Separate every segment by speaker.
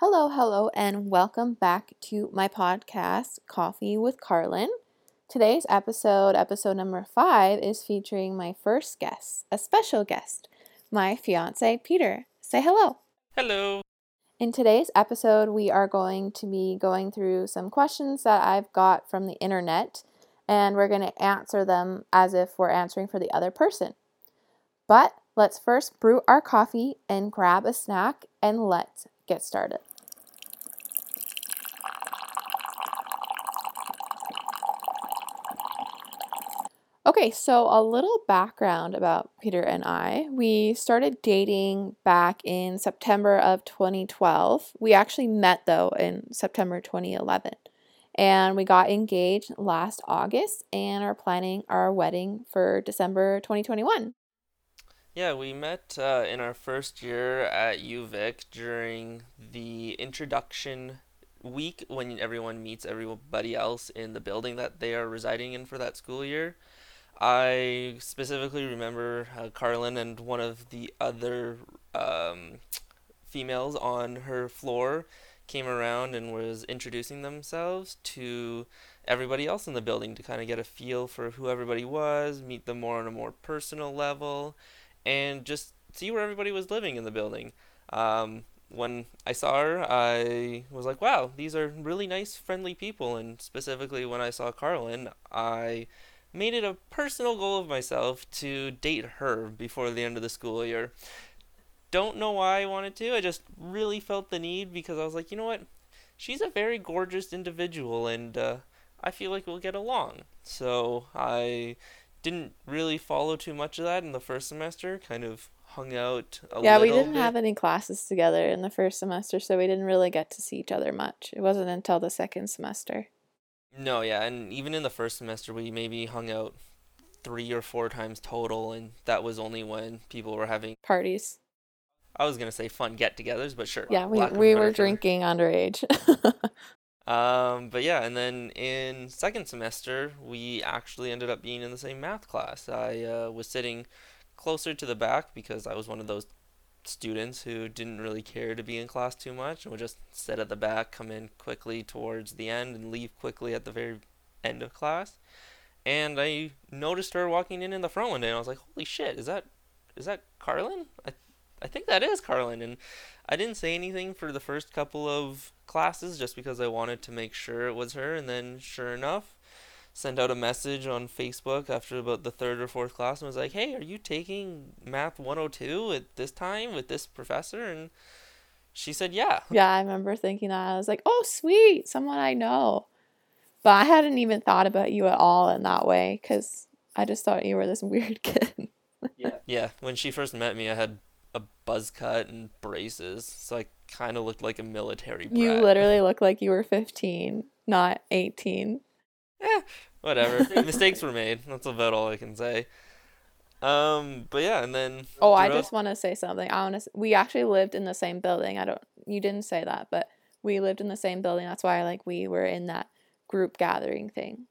Speaker 1: Hello, hello, and welcome back to my podcast, Coffee with Carlin. Today's episode, episode number five, is featuring my first guest, a special guest, my fiance, Peter. Say hello.
Speaker 2: Hello.
Speaker 1: In today's episode, we are going to be going through some questions that I've got from the internet, and we're going to answer them as if we're answering for the other person. But let's first brew our coffee and grab a snack, and let's get started. Okay, so a little background about Peter and I. We started dating back in September of 2012. We actually met though in September 2011. And we got engaged last August and are planning our wedding for December 2021.
Speaker 2: Yeah, we met uh, in our first year at UVic during the introduction week when everyone meets everybody else in the building that they are residing in for that school year. I specifically remember uh, Carlin and one of the other um, females on her floor came around and was introducing themselves to everybody else in the building to kind of get a feel for who everybody was, meet them more on a more personal level, and just see where everybody was living in the building. Um, when I saw her, I was like, wow, these are really nice, friendly people. And specifically, when I saw Carlin, I made it a personal goal of myself to date her before the end of the school year don't know why I wanted to. I just really felt the need because I was like, you know what? She's a very gorgeous individual, and uh, I feel like we'll get along. So I didn't really follow too much of that in the first semester. Kind of hung out a
Speaker 1: yeah,
Speaker 2: little.
Speaker 1: we didn't
Speaker 2: bit.
Speaker 1: have any classes together in the first semester, so we didn't really get to see each other much. It wasn't until the second semester.
Speaker 2: No, yeah, and even in the first semester, we maybe hung out three or four times total, and that was only when people were having.
Speaker 1: Parties.
Speaker 2: I was gonna say fun get-togethers, but sure.
Speaker 1: Yeah, we,
Speaker 2: lack of a
Speaker 1: we
Speaker 2: better
Speaker 1: were
Speaker 2: term.
Speaker 1: drinking underage.
Speaker 2: Um, but yeah, and then in second semester, we actually ended up being in the same math class. I uh, was sitting closer to the back because I was one of those students who didn't really care to be in class too much and would just sit at the back, come in quickly towards the end, and leave quickly at the very end of class. And I noticed her walking in in the front one day, and I was like, "Holy shit! Is that is that Carlin? I I think that is Carlin." And I didn't say anything for the first couple of classes just because I wanted to make sure it was her. And then, sure enough, sent out a message on Facebook after about the third or fourth class and was like, "Hey, are you taking Math 102 at this time with this professor?" And she said, "Yeah."
Speaker 1: yeah, I remember thinking that. I was like, oh, sweet, someone I know. But I hadn't even thought about you at all in that way because I just thought you were this weird kid.
Speaker 2: Yeah. Yeah. When she first met me, I had a buzz cut and braces, so I kind of looked like a military brat.
Speaker 1: you literally look like you were 15, not 18.
Speaker 2: Whatever. Mistakes were made. That's about all I can say. Um, but yeah, and then
Speaker 1: Oh, I
Speaker 2: throughout-
Speaker 1: just want to say something. I want to. We actually lived in the same building. I don't. You didn't say that, but we lived in the same building. That's why, like, we were in that group gathering thing.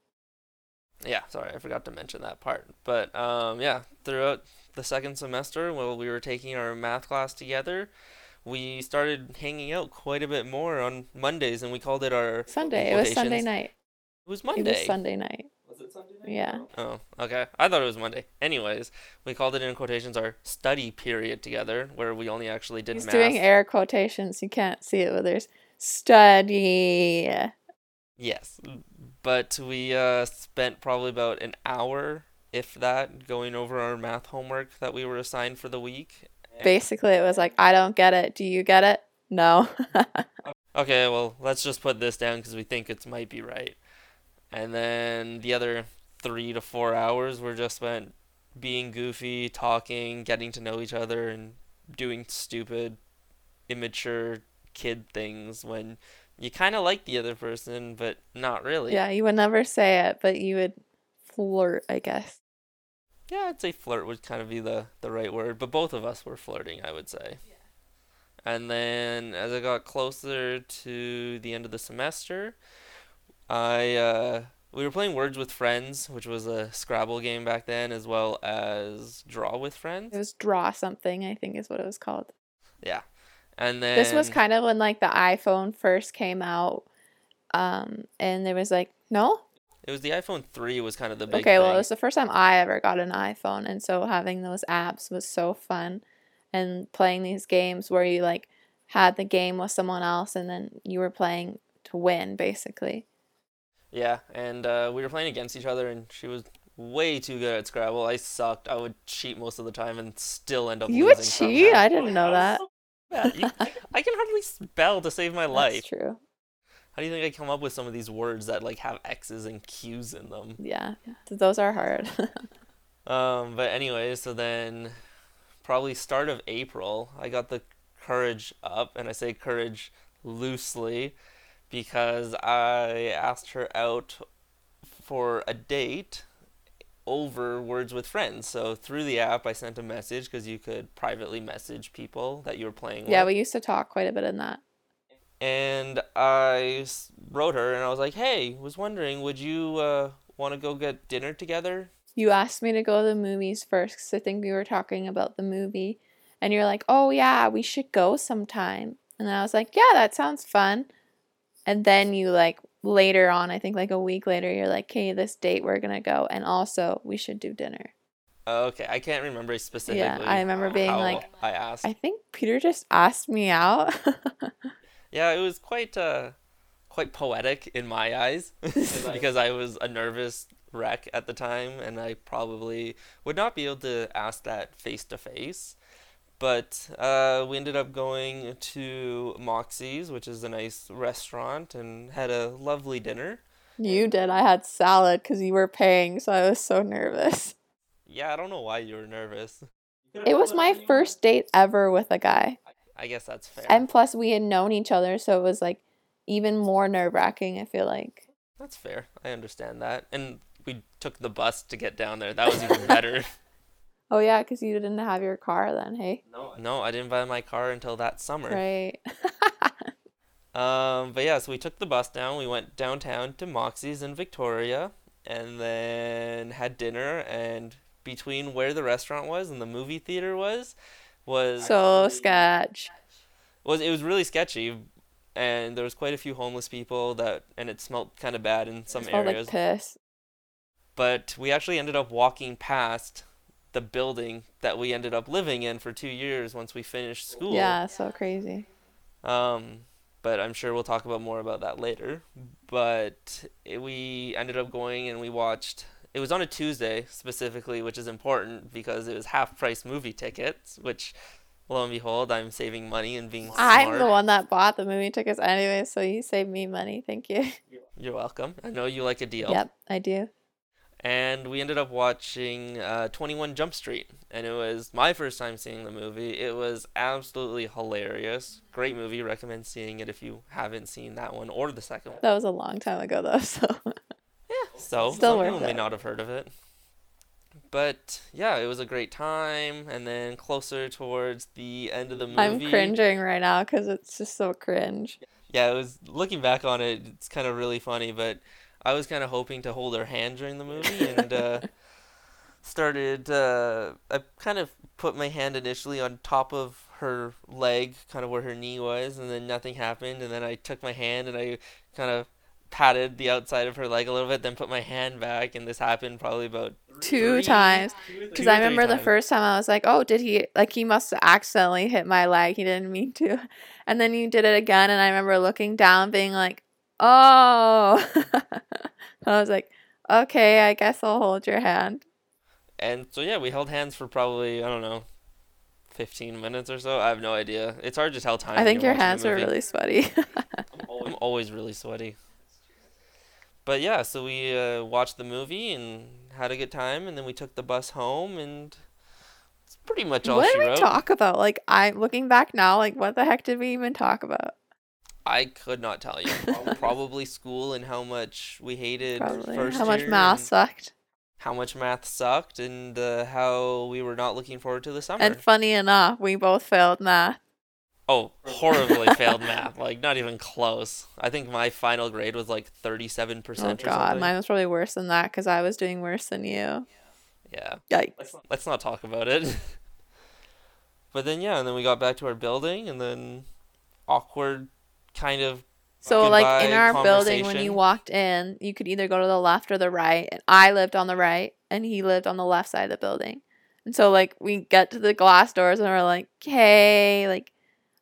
Speaker 2: Yeah, sorry, I forgot to mention that part. But um, yeah, throughout the second semester, while we were taking our math class together, we started hanging out quite a bit more on Mondays, and we called it our
Speaker 1: Sunday. It was Sunday
Speaker 2: rotations.
Speaker 1: night.
Speaker 2: It was
Speaker 1: It
Speaker 2: Monday.
Speaker 1: was Sunday night.
Speaker 2: Was it Sunday
Speaker 1: night? Yeah.
Speaker 2: Oh, okay. I thought it was Monday. Anyways, we called it in quotations our study period together, where we only actually did
Speaker 1: He's
Speaker 2: math.
Speaker 1: doing air quotations. You can't see it, but there's study.
Speaker 2: Yes, but we uh, spent probably about an hour, if that, going over our math homework that we were assigned for the week.
Speaker 1: Basically, it was like, I don't get it. Do you get it? No.
Speaker 2: Okay, well, let's just put this down because we think it might be right. And then the other three to four hours were just spent being goofy, talking, getting to know each other, and doing stupid, immature kid things when you kind of like the other person, but not really.
Speaker 1: yeah, you would never say it, but you would flirt, I guess.
Speaker 2: Yeah, I'd say flirt would kind of be the, the right word, but both of us were flirting, I would say. And then as I got closer to the end of the semester, I uh, we were playing Words with Friends, which was a Scrabble game back then, as well as Draw with Friends.
Speaker 1: It was draw something, I think is what it was called.
Speaker 2: Yeah. And then
Speaker 1: This was kind of when like the iPhone first came out. Um, and there was like, no?
Speaker 2: it was the iPhone 3 was kind of the big
Speaker 1: Okay, well,
Speaker 2: thing.
Speaker 1: it was the first time I ever got an iPhone. And so having those apps was so fun. And playing these games where you like had the game with someone else and then you were playing to win, basically.
Speaker 2: Yeah, and uh, we were playing against each other, and she was way too good at Scrabble. I sucked. I would cheat most of the time and still end up
Speaker 1: You would
Speaker 2: losing. somehow.
Speaker 1: cheat? I didn't know that.
Speaker 2: Yeah, you- I can hardly spell to save my life.
Speaker 1: That's true.
Speaker 2: How do you think I come up with some of these words that like have X's and Q's in them?
Speaker 1: Yeah. Those are hard.
Speaker 2: Um, but anyway, so then probably start of April, I got the courage up, and I say courage loosely because I asked her out for a date over Words with Friends. So through the app, I sent a message because you could privately message people that you were playing
Speaker 1: yeah,
Speaker 2: with.
Speaker 1: we used to talk quite a bit in that.
Speaker 2: and I s- wrote her, and I was like, "Hey, was wondering, would you uh, want to go get dinner together?"
Speaker 1: you asked me to go to the movies first because I think we were talking about the movie. And you're like, oh, yeah, we should go sometime. And I was like, yeah, that sounds fun. And then you, like, later on, I think like a week later, you're like, okay, this date we're going to go. And also, we should do dinner.
Speaker 2: Uh, Okay, I can't remember specifically. uh,
Speaker 1: I remember being
Speaker 2: how
Speaker 1: like-
Speaker 2: I asked.
Speaker 1: I think Peter just asked me out.
Speaker 2: Yeah, it was quite, uh, quite poetic in my eyes because I was a nervous wreck at the time, and I probably would not be able to ask that face to face. But uh, we ended up going to Moxie's, which is a nice restaurant, and had a lovely dinner.
Speaker 1: you did. I had salad because you were paying. So I was so nervous.
Speaker 2: Yeah, I don't know why you were nervous.
Speaker 1: It was my first date ever with a guy.
Speaker 2: I guess that's fair.
Speaker 1: And plus, we had known each other. So it was like even more nerve wracking, I feel like.
Speaker 2: That's fair. I understand that. And we took the bus to get down there. That was even better.
Speaker 1: Oh yeah, because you didn't have your car then, hey?
Speaker 2: no, I didn't buy my car until that summer.
Speaker 1: Right.
Speaker 2: Um, but yeah, so we took the bus down. We went downtown to Moxie's in Victoria and then had dinner. And between where the restaurant was and the movie theater was, was
Speaker 1: So sketch.
Speaker 2: was it was really sketchy. And there was quite a few homeless people that, and it smelled kind of bad in some
Speaker 1: It's called
Speaker 2: areas.
Speaker 1: like piss.
Speaker 2: but we actually ended up walking past the building that we ended up living in for two years once we finished school.
Speaker 1: Yeah, so crazy.
Speaker 2: Um, but I'm sure we'll talk about more about that later. But it, we ended up going and we watched. It was on a Tuesday specifically, which is important because it was half price movie tickets. Which, lo and behold, I'm saving money and being smart.
Speaker 1: I'm the one that bought the movie tickets anyway, so you saved me money. Thank you.
Speaker 2: You're welcome. I know you like a deal.
Speaker 1: Yep, I do.
Speaker 2: and we ended up watching uh, 21 Jump Street, and it was my first time seeing the movie. It was absolutely hilarious. Great movie. Recommend seeing it if you haven't seen that one or the second one.
Speaker 1: That was a long time ago though, so
Speaker 2: So
Speaker 1: Still
Speaker 2: some
Speaker 1: worth
Speaker 2: people may
Speaker 1: it.
Speaker 2: not have heard of it. But yeah, it was a great time. And then closer towards the end of the movie,
Speaker 1: I'm cringing right now because it's just so cringe.
Speaker 2: Yeah, it was looking back on it. It's kind of really funny, but I was kind of hoping to hold her hand during the movie and uh, started. Uh, I kind of put my hand initially on top of her leg, kind of where her knee was, and then nothing happened. And then I took my hand and I kind of patted the outside of her leg a little bit, then put my hand back, and this happened probably about
Speaker 1: Two
Speaker 2: Three-
Speaker 1: times.
Speaker 2: two
Speaker 1: Because
Speaker 2: or
Speaker 1: I
Speaker 2: three
Speaker 1: remember the
Speaker 2: times.
Speaker 1: first time I was like, oh, did he? Like, he must have accidentally hit my leg. He didn't mean to. And then you did it again. And I remember looking down, being like, oh. I was like, okay, I guess I'll hold your hand.
Speaker 2: And so yeah, we held hands for probably I don't know, fifteen minutes or so. I have no idea. It's hard to tell time.
Speaker 1: I
Speaker 2: when
Speaker 1: think
Speaker 2: you're
Speaker 1: your
Speaker 2: watching a
Speaker 1: hands were
Speaker 2: movie.
Speaker 1: really sweaty.
Speaker 2: I'm always really sweaty. But yeah, so we uh, watched the movie and had a good time, and then we took the bus home, and it's pretty much all
Speaker 1: what
Speaker 2: she
Speaker 1: did we
Speaker 2: wrote.
Speaker 1: talk about? Like, I'm looking back now, like, what the heck did we even talk about?
Speaker 2: I could not tell you. Probably school and how much we hated
Speaker 1: Probably.
Speaker 2: first
Speaker 1: How much
Speaker 2: year
Speaker 1: math
Speaker 2: and
Speaker 1: sucked.
Speaker 2: how much math sucked, and uh, how we were not looking forward to the summer.
Speaker 1: And funny enough, we both failed math.
Speaker 2: Oh, horribly failed math. Like not even close. I think my final grade was like thirty-seven
Speaker 1: Oh,
Speaker 2: percent. or
Speaker 1: God.
Speaker 2: something.
Speaker 1: Mine was probably worse than that because I was doing worse than you.
Speaker 2: Yeah.
Speaker 1: Yikes.
Speaker 2: Let's not talk about it. But then yeah, and then we got back to our building, and then awkward kind of
Speaker 1: So like in
Speaker 2: Goodbye
Speaker 1: our building when
Speaker 2: conversation.
Speaker 1: you walked in, you could either go to the left or the right, and I lived on the right and he lived on the left side of the building. And so like we get to the glass doors and we're like, "Hey, like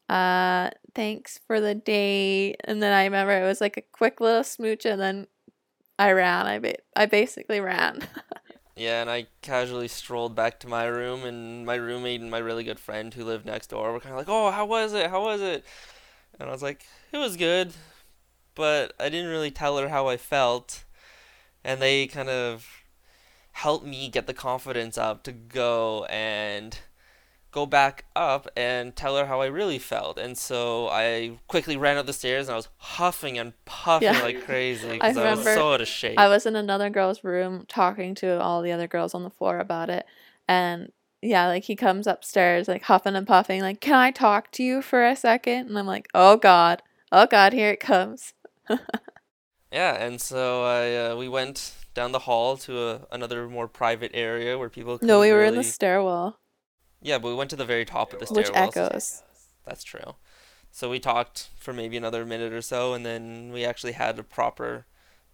Speaker 1: uh thanks for the date." And then I remember it was like a quick little smooch and then I ran. I ba- I basically ran.
Speaker 2: yeah, and I casually strolled back to my room, and my roommate and my really good friend who lived next door were kind of like, "Oh, how was it? How was it?" And I was like, "It was good," but I didn't really tell her how I felt, and they kind of helped me get the confidence up to go and go back up and tell her how I really felt. And so I quickly ran up the stairs and I was huffing and puffing
Speaker 1: Yeah.
Speaker 2: like crazy
Speaker 1: I
Speaker 2: because I, was
Speaker 1: remember
Speaker 2: so out of shape.
Speaker 1: I was in another girl's room talking to all the other girls on the floor about it. And yeah, like he comes upstairs, like huffing and puffing, like, Can I talk to you for a second? And I'm like, Oh God. Oh God, here it comes.
Speaker 2: Yeah, and so I uh, we went down the hall to a, another more private area where people could
Speaker 1: No, we were in the
Speaker 2: really-
Speaker 1: stairwell,
Speaker 2: yeah, but we went to the very top of the
Speaker 1: which
Speaker 2: stairwell. so-
Speaker 1: echoes.
Speaker 2: That's true. So we talked for maybe another minute or so, and then we actually had a proper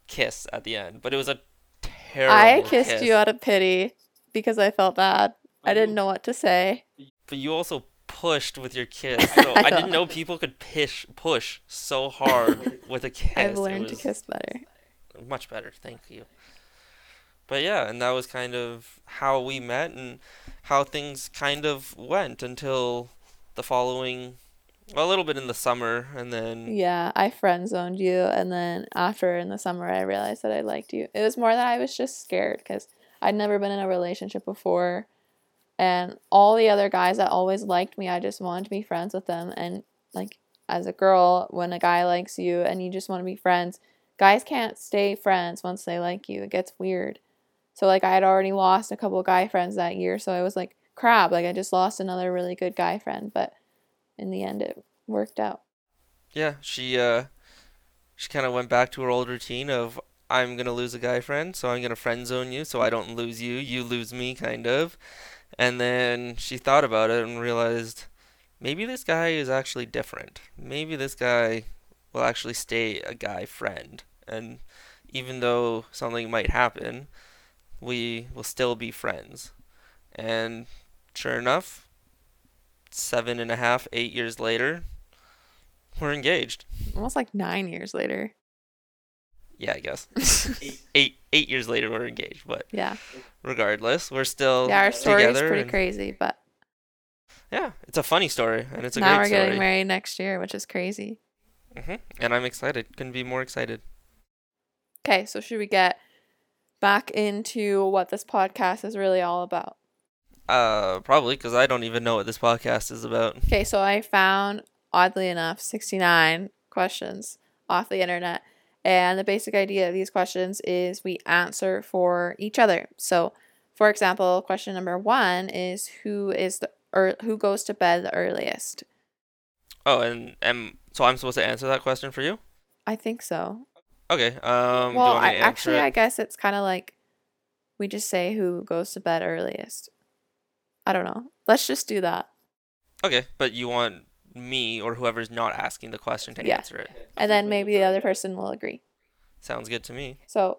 Speaker 2: kiss at the end. But it was a terrible.
Speaker 1: I kissed
Speaker 2: kiss.
Speaker 1: you out of pity because I felt bad. I didn't know what to say.
Speaker 2: But you also pushed with your kiss. So
Speaker 1: I
Speaker 2: I didn't
Speaker 1: know.
Speaker 2: know people could push push so hard with a kiss.
Speaker 1: I've
Speaker 2: It
Speaker 1: learned to
Speaker 2: was-
Speaker 1: kiss better.
Speaker 2: much better thank you but yeah and that was kind of how we met and how things kind of went until the following well, a little bit in the summer and then
Speaker 1: Yeah, I friend zoned you, and then after in the summer, I realized that I liked you. It was more that I was just scared because I'd never been in a relationship before, and all the other guys that always liked me, I just wanted to be friends with them. And like as a girl, when a guy likes you and you just want to be friends, guys can't stay friends once they like you. It gets weird. So like I had already lost a couple guy friends that year, so I was like, crap, like I just lost another really good guy friend. But in the end, it worked out.
Speaker 2: yeah she uh she kind of went back to her old routine of i'm gonna lose a guy friend so i'm gonna friend zone you so i don't lose you you lose me kind of and then she thought about it and realized maybe this guy is actually different. Maybe this guy will actually stay a guy friend. And even though something might happen, we will still be friends. And sure enough, seven and a half, eight years later, we're engaged.
Speaker 1: almost like nine years later.
Speaker 2: Yeah, I guess. Eight eight years later we're engaged, but
Speaker 1: yeah,
Speaker 2: regardless, we're still
Speaker 1: yeah. Our story is
Speaker 2: together.
Speaker 1: pretty
Speaker 2: and-
Speaker 1: crazy, but
Speaker 2: yeah, it's a funny story and it's a
Speaker 1: now
Speaker 2: great
Speaker 1: we're
Speaker 2: story.
Speaker 1: getting married next year, which is crazy.
Speaker 2: hmm And I'm excited. Couldn't be more excited.
Speaker 1: Okay, so should we get back into what this podcast is really all about?
Speaker 2: Uh, probably because I don't even know what this podcast is about.
Speaker 1: Okay, so I found oddly enough sixty nine questions off the internet, and the basic idea of these questions is we answer for each other. So, for example, question number one is who is the or who goes to bed the earliest?
Speaker 2: Oh, and am so I'm supposed to answer that question for you?
Speaker 1: I think so.
Speaker 2: Okay. Um. do you
Speaker 1: well,
Speaker 2: want me
Speaker 1: I,
Speaker 2: to answer
Speaker 1: actually,
Speaker 2: it?
Speaker 1: I guess it's kind of like we just say who goes to bed earliest. I don't know. Let's just do that.
Speaker 2: Okay, but you want me or whoever's not asking the question to
Speaker 1: Yeah.
Speaker 2: answer it?
Speaker 1: And then maybe the other person will agree.
Speaker 2: Sounds good to me.
Speaker 1: So,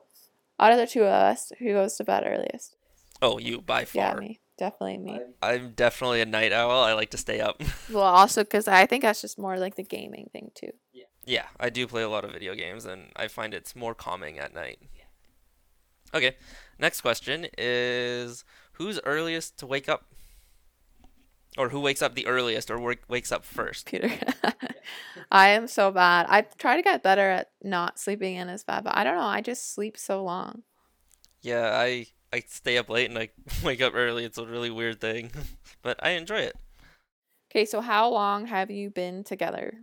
Speaker 1: out of the two of us, who goes to bed earliest?
Speaker 2: Oh, you by
Speaker 1: Yeah,
Speaker 2: far.
Speaker 1: me. Definitely me.
Speaker 2: I'm definitely a night owl. I like to stay up.
Speaker 1: Well, also, because I think that's just more like the gaming thing, too.
Speaker 2: yeah, I do play a lot of video games, and I find it's more calming at night. Okay. Next question is who's earliest to wake up, or who wakes up the earliest, or wake- wakes up first?
Speaker 1: Peter. I am so bad. I try to get better at not sleeping in as bad, but I don't know. I just sleep so long.
Speaker 2: Yeah, I I stay up late and I wake up early. It's a really weird thing, but I enjoy it.
Speaker 1: Okay, so how long have you been together?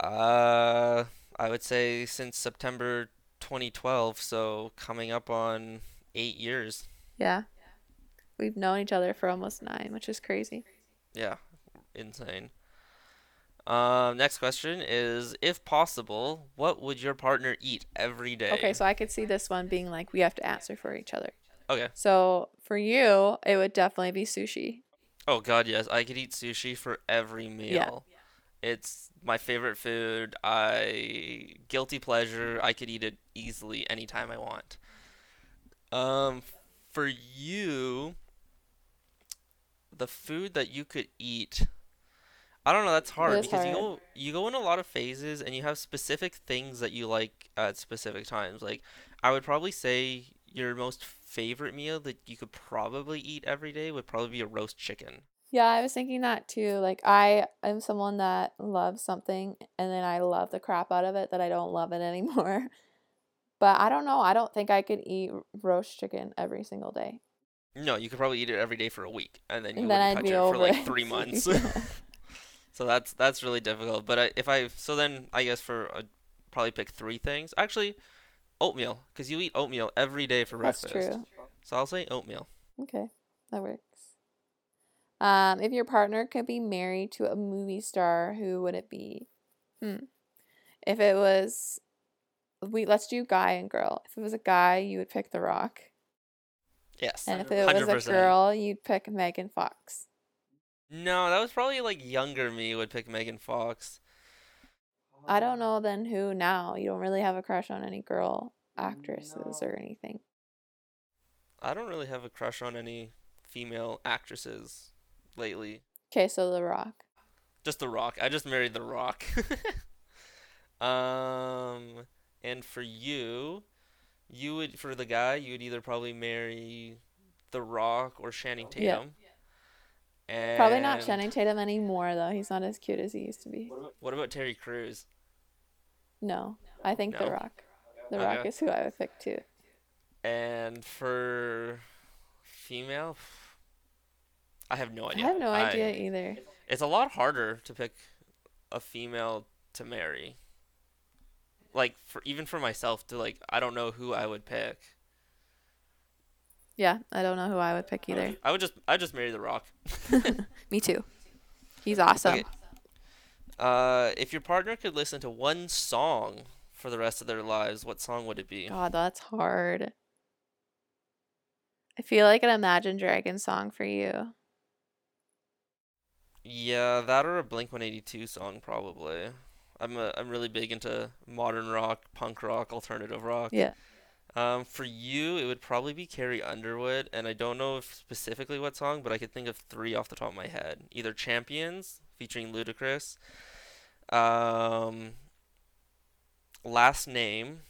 Speaker 2: Uh, I would say since September 2012, so coming up on eight years.
Speaker 1: Yeah. We've known each other for almost nine, which is crazy.
Speaker 2: Yeah, insane. Um, next question is, if possible, what would your partner eat every day?
Speaker 1: Okay, so I could see this one being like we have to answer for each other.
Speaker 2: Okay.
Speaker 1: So for you, it would definitely be sushi.
Speaker 2: Oh God, yes. I could eat sushi for every meal. It's my favorite food. I guilty pleasure. I could eat it easily anytime I want. Um, for you, the food that you could eat, I don't know. That's hard
Speaker 1: is
Speaker 2: because you
Speaker 1: hard.
Speaker 2: go you go in a lot of phases and you have specific things that you like at specific times. Like, I would probably say your most favorite meal that you could probably eat every day would probably be a roast chicken.
Speaker 1: Yeah, I was thinking that too. Like I am someone that loves something and then I love the crap out of it that I don't love it anymore. But I don't know. I don't think I could eat r- roast chicken every single day.
Speaker 2: No, you could probably eat it every day for a week, and then you
Speaker 1: And then I'd be
Speaker 2: wouldn't touch it for
Speaker 1: over
Speaker 2: like
Speaker 1: it.
Speaker 2: three months.
Speaker 1: Yeah.
Speaker 2: So that's that's really difficult. But I, if I so then I guess for I'd probably pick three things. Actually, oatmeal, because you eat oatmeal every day for
Speaker 1: That's
Speaker 2: breakfast.
Speaker 1: true.
Speaker 2: So I'll say oatmeal.
Speaker 1: Okay. That works. Um, if your partner could be married to a movie star, who would it be? Hmm. If it was we let's do guy and girl. If it was a guy, you would pick The Rock.
Speaker 2: Yes,
Speaker 1: And if it was
Speaker 2: hundred
Speaker 1: a
Speaker 2: percent.
Speaker 1: girl, you'd pick Megan Fox.
Speaker 2: No, that was probably like younger me would pick Megan Fox. Oh
Speaker 1: I don't know then who now. You don't really have a crush on any girl actresses or anything.
Speaker 2: I don't really have a crush on any female actresses lately.
Speaker 1: Okay, so The Rock.
Speaker 2: Just The Rock. I just married The Rock. um, and for you, you would for the guy, you would either probably marry The Rock or Channing
Speaker 1: Yeah.
Speaker 2: Tatum.
Speaker 1: Probably not
Speaker 2: And
Speaker 1: Channing Tatum anymore though. He's not as cute as he used to be.
Speaker 2: what about Terry Crews?
Speaker 1: No, I think The
Speaker 2: No.
Speaker 1: Rock. The Rock
Speaker 2: Okay.
Speaker 1: is who I would pick too.
Speaker 2: And for female, I have no
Speaker 1: I
Speaker 2: idea.
Speaker 1: have no idea
Speaker 2: I
Speaker 1: either.
Speaker 2: it's a lot harder to pick a female to marry. Like for even for myself to like I don't know who I would pick.
Speaker 1: Yeah, I don't know who I would pick
Speaker 2: I would
Speaker 1: either.
Speaker 2: just, I would just I just marry The Rock.
Speaker 1: Me too. He's
Speaker 2: Okay.
Speaker 1: awesome.
Speaker 2: Uh, if your partner could listen to one song for the rest of their lives, what song would it be?
Speaker 1: God, that's hard. I feel like an Imagine Dragon song for you.
Speaker 2: Yeah, that or a Blink 182 song probably. I'm a, I'm really big into modern rock, punk rock, alternative rock.
Speaker 1: Yeah.
Speaker 2: Um, for you, it would probably be Carrie Underwood, and I don't know if specifically what song, but I could think of three off the top of my head. Either Champions, featuring Ludacris, um, Last Name,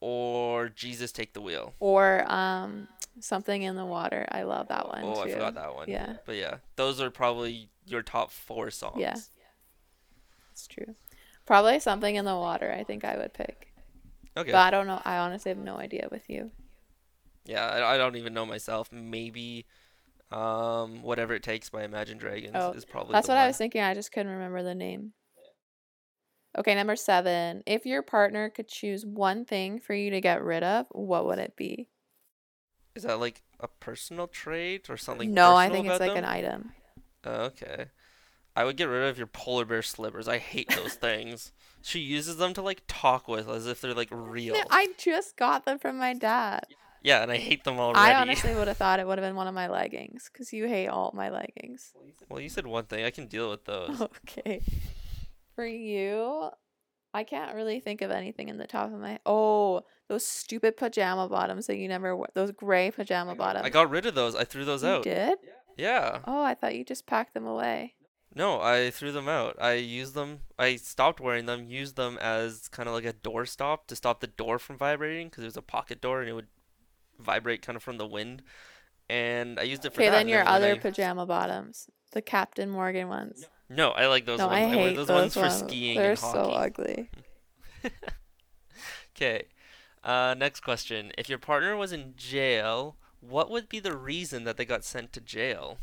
Speaker 2: or Jesus Take the Wheel.
Speaker 1: Or um something in the water. I love that one
Speaker 2: Oh, I
Speaker 1: too.
Speaker 2: forgot that one.
Speaker 1: Yeah,
Speaker 2: But yeah, those are probably your top four
Speaker 1: yeah,
Speaker 2: songs.
Speaker 1: it's true. Probably something in the water. I think I would pick, but
Speaker 2: Okay.
Speaker 1: I don't know. I honestly have no idea with you.
Speaker 2: Yeah, I, I don't even know myself. Maybe um, Whatever It Takes by Imagine Dragons
Speaker 1: Oh,
Speaker 2: is probably
Speaker 1: that's
Speaker 2: the
Speaker 1: what I was
Speaker 2: one.
Speaker 1: thinking. I just couldn't remember the name. Okay, number seven. If your partner could choose one thing for you to get rid of, what would it be?
Speaker 2: Is that like a personal trait or something
Speaker 1: No, I
Speaker 2: personal
Speaker 1: think it's
Speaker 2: about
Speaker 1: like an
Speaker 2: them?
Speaker 1: item.
Speaker 2: Oh, okay. I would get rid of your polar bear slippers. I hate those things. She uses them to like talk with as if they're like
Speaker 1: Yeah,
Speaker 2: real.
Speaker 1: I just got them from my dad.
Speaker 2: Yeah, and I hate them
Speaker 1: I
Speaker 2: already.
Speaker 1: honestly would have thought it would have been one of my leggings because you hate all my leggings.
Speaker 2: Well, you said one thing. I can deal with those.
Speaker 1: Okay. For you, I can't really think of anything in the top of my. Oh, those stupid pajama bottoms that you never wear. Those gray pajama
Speaker 2: I
Speaker 1: bottoms.
Speaker 2: got rid of those. I threw those
Speaker 1: You
Speaker 2: out.
Speaker 1: did?
Speaker 2: Yeah.
Speaker 1: Oh, I thought you just packed them away.
Speaker 2: No, I threw them out. I used them. I stopped wearing them, used them as kind of like a door stop to stop the door from vibrating because it was a pocket door and it would vibrate kind of from the wind. And I used it for
Speaker 1: Okay,
Speaker 2: that.
Speaker 1: then
Speaker 2: And
Speaker 1: your
Speaker 2: then when
Speaker 1: other
Speaker 2: I
Speaker 1: pajama bottoms, the Captain Morgan ones.
Speaker 2: No, I like those
Speaker 1: No, I
Speaker 2: ones. I wear
Speaker 1: hate
Speaker 2: those
Speaker 1: those
Speaker 2: ones for
Speaker 1: ones.
Speaker 2: skiing
Speaker 1: They're
Speaker 2: and
Speaker 1: so
Speaker 2: hockey.
Speaker 1: ugly.
Speaker 2: Okay. Uh, next question. If your partner was in jail, what would be the reason that they got sent to jail?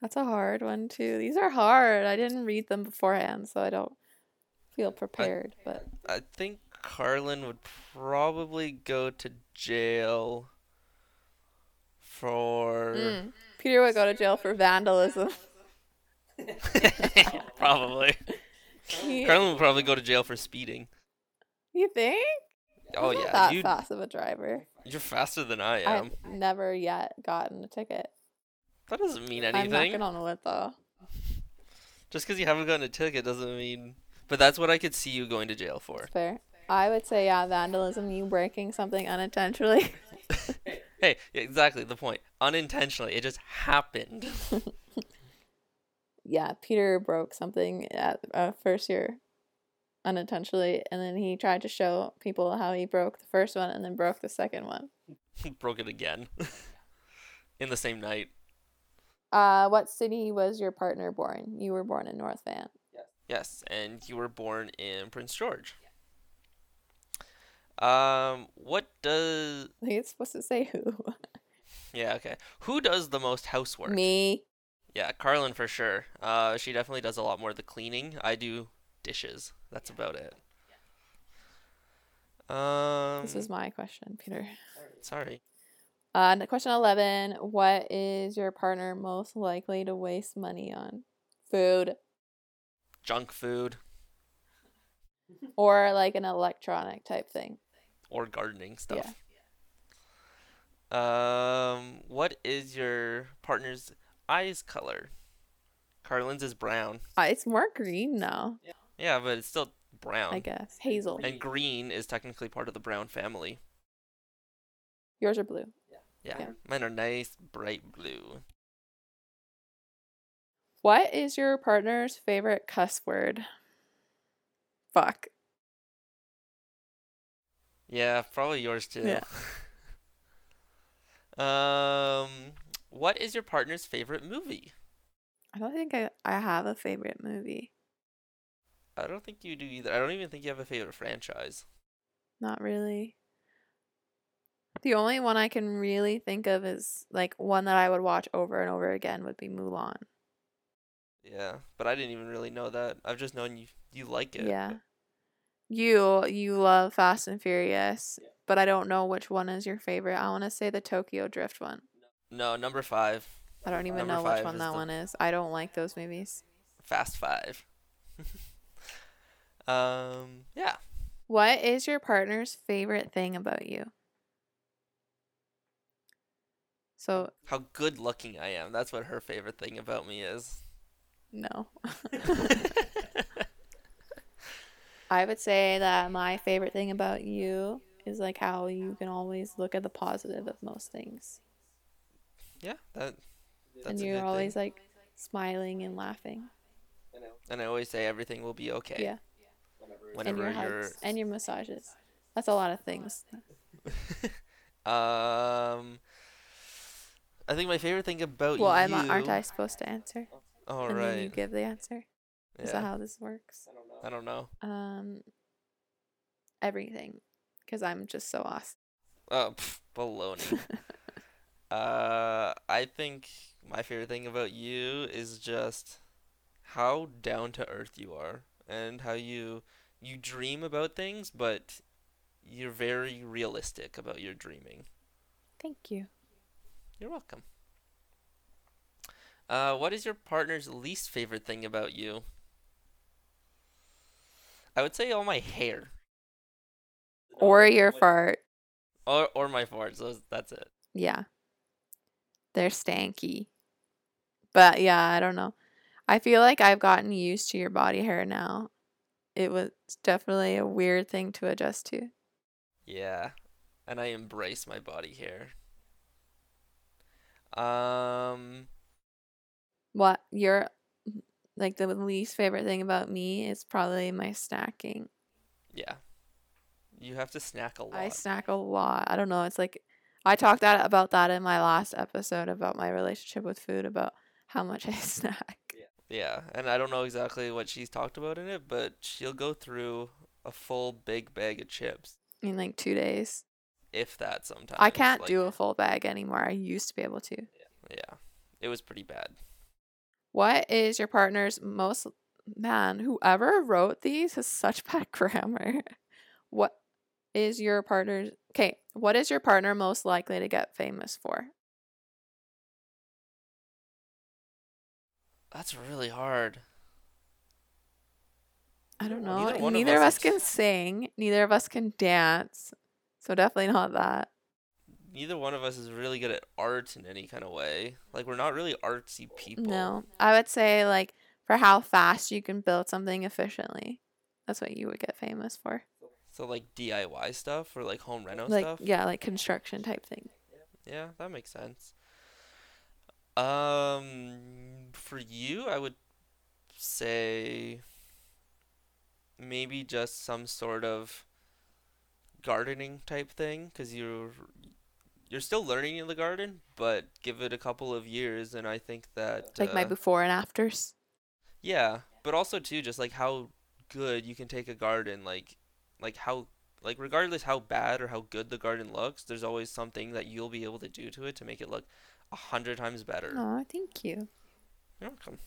Speaker 1: That's a hard one too. These are hard. I didn't read them beforehand, so I don't feel prepared. But
Speaker 2: I think Carlin would probably go to jail for
Speaker 1: Mm. Peter would go to jail for vandalism.
Speaker 2: probably.
Speaker 1: He- Mm.
Speaker 2: Carlin would probably go to jail for speeding.
Speaker 1: you think?
Speaker 2: Oh
Speaker 1: I'm not
Speaker 2: yeah,
Speaker 1: that
Speaker 2: you
Speaker 1: fast of a driver.
Speaker 2: you're faster than I am.
Speaker 1: I've never yet gotten a ticket.
Speaker 2: that doesn't mean
Speaker 1: I'm
Speaker 2: anything.
Speaker 1: knocking on wood though.
Speaker 2: Just because you haven't gotten a ticket doesn't mean. But that's what I could see you going to jail for.
Speaker 1: It's fair. I would say yeah, vandalism, you breaking something unintentionally.
Speaker 2: Hey, yeah, exactly the point. Unintentionally, it just happened.
Speaker 1: yeah, Peter broke something at uh, first year unintentionally, and then he tried to show people how he broke the first one and then broke the second one.
Speaker 2: Broke it again. In the same night.
Speaker 1: Uh, what city was your partner born? You were born in North Van.
Speaker 2: Yes, and you were born in Prince George. Um, what does.
Speaker 1: I think it's supposed to say who.
Speaker 2: Yeah, okay. Who does the most housework?
Speaker 1: Me.
Speaker 2: Yeah, Carlin for sure. Uh, she definitely does a lot more of the cleaning. I do dishes. That's about it. Um,
Speaker 1: This is my question, Peter.
Speaker 2: sorry.
Speaker 1: Uh, n- question 11 What is your partner most likely to waste money on? Food
Speaker 2: Junk food
Speaker 1: or like an electronic type thing?
Speaker 2: or gardening
Speaker 1: Yeah.
Speaker 2: stuff. Um, what is your partner's eyes color? Carlin's is brown.
Speaker 1: Uh, it's more green now,
Speaker 2: Yeah, but it's still brown.
Speaker 1: I guess. Hazel.
Speaker 2: And green is technically part of the brown family.
Speaker 1: Yours are blue.
Speaker 2: Yeah.
Speaker 1: Yeah.
Speaker 2: Mine are nice, bright blue.
Speaker 1: What is your partner's favorite cuss word? Fuck.
Speaker 2: Yeah, probably yours too. um, what is your partner's favorite movie?
Speaker 1: I don't think I, I have a favorite movie.
Speaker 2: I don't think you do either. I don't even think you have a favorite franchise.
Speaker 1: Not really. The only one I can really think of is like one that I would watch over and over again would be Mulan.
Speaker 2: Yeah, but I didn't even really know that. I've just known you you like it.
Speaker 1: Yeah. You you love Fast and Furious, but I don't know which one is your favorite. I want to say the Tokyo Drift one.
Speaker 2: No, number five,
Speaker 1: I don't even
Speaker 2: Number
Speaker 1: know which
Speaker 2: five
Speaker 1: one
Speaker 2: is
Speaker 1: that
Speaker 2: the-
Speaker 1: one is. I don't like those movies.
Speaker 2: Fast Five. um, yeah,
Speaker 1: What is your partner's favorite thing about you? So,
Speaker 2: how good looking I am. That's what her favorite thing about me is.
Speaker 1: no. I would say that my favorite thing about you is like how you can always look at the positive of most things.
Speaker 2: yeah, that. That's
Speaker 1: and
Speaker 2: a
Speaker 1: you're
Speaker 2: good
Speaker 1: always
Speaker 2: thing.
Speaker 1: like smiling and laughing.
Speaker 2: And I always say everything will be okay.
Speaker 1: Yeah.
Speaker 2: Whenever
Speaker 1: and your
Speaker 2: you're
Speaker 1: hugs and your massages. That's a lot of things.
Speaker 2: Um, I think my favorite thing about
Speaker 1: Well,
Speaker 2: Oh, you.
Speaker 1: I'm aren't I supposed to answer?
Speaker 2: All
Speaker 1: and then you
Speaker 2: right.
Speaker 1: give the answer. Is that
Speaker 2: yeah.
Speaker 1: how this works?
Speaker 2: I don't know.
Speaker 1: Um, everything, because I'm just so off.
Speaker 2: Oh, pff, baloney. uh, I think my favorite thing about you is just how down to earth you are and how you you dream about things, but you're very realistic about your dreaming.
Speaker 1: Thank you.
Speaker 2: You're welcome. Uh, what is your partner's least favorite thing about you? I would say all my hair
Speaker 1: Or your fart.
Speaker 2: or or my farts. Those, that's it.
Speaker 1: Yeah. They're stanky. But yeah, I don't know. I feel like I've gotten used to your body hair now. It was definitely a weird thing to adjust to.
Speaker 2: Yeah, and I embrace my body hair. Um,
Speaker 1: What your like the least favorite thing about me is probably my snacking.
Speaker 2: yeah. You have to snack a lot.
Speaker 1: I snack a lot. I don't know. It's like I talked that about that in my last episode about my relationship with food about how much I snack.
Speaker 2: Yeah, and I don't know exactly what she's talked about in it, but she'll go through a full big bag of chips,
Speaker 1: In like two days,
Speaker 2: if that sometimes.
Speaker 1: I can't
Speaker 2: like-
Speaker 1: do a full bag anymore. I used to be able to.
Speaker 2: Yeah, it was pretty bad.
Speaker 1: What is your partner's most man? Whoever wrote these has such bad grammar. What is your partner's okay? What is your partner most likely to get famous for?
Speaker 2: That's really hard.
Speaker 1: I don't know.
Speaker 2: Neither
Speaker 1: Neither,
Speaker 2: one of
Speaker 1: of
Speaker 2: us
Speaker 1: us
Speaker 2: actu-
Speaker 1: can sing. Neither of us can dance. So definitely not that.
Speaker 2: Neither one of us is really good at art in any kind of way. Like we're not really artsy people.
Speaker 1: No. I would say like for how fast you can build something efficiently. That's what you would get famous for.
Speaker 2: So like DIY stuff or like home reno
Speaker 1: like
Speaker 2: stuff.
Speaker 1: yeah, like construction type thing.
Speaker 2: Yeah, that makes sense. Um, for you, I would say maybe just some sort of gardening type thing, because you're you're still learning in the garden, but give it a couple of years, and I think that
Speaker 1: Like my
Speaker 2: uh,
Speaker 1: before and afters.
Speaker 2: yeah, but also too, just like how good you can take a garden, like like how like regardless how bad or how good the garden looks, there's always something that you'll be able to do to it to make it look a hundred times better.
Speaker 1: Oh, thank you.
Speaker 2: You're welcome.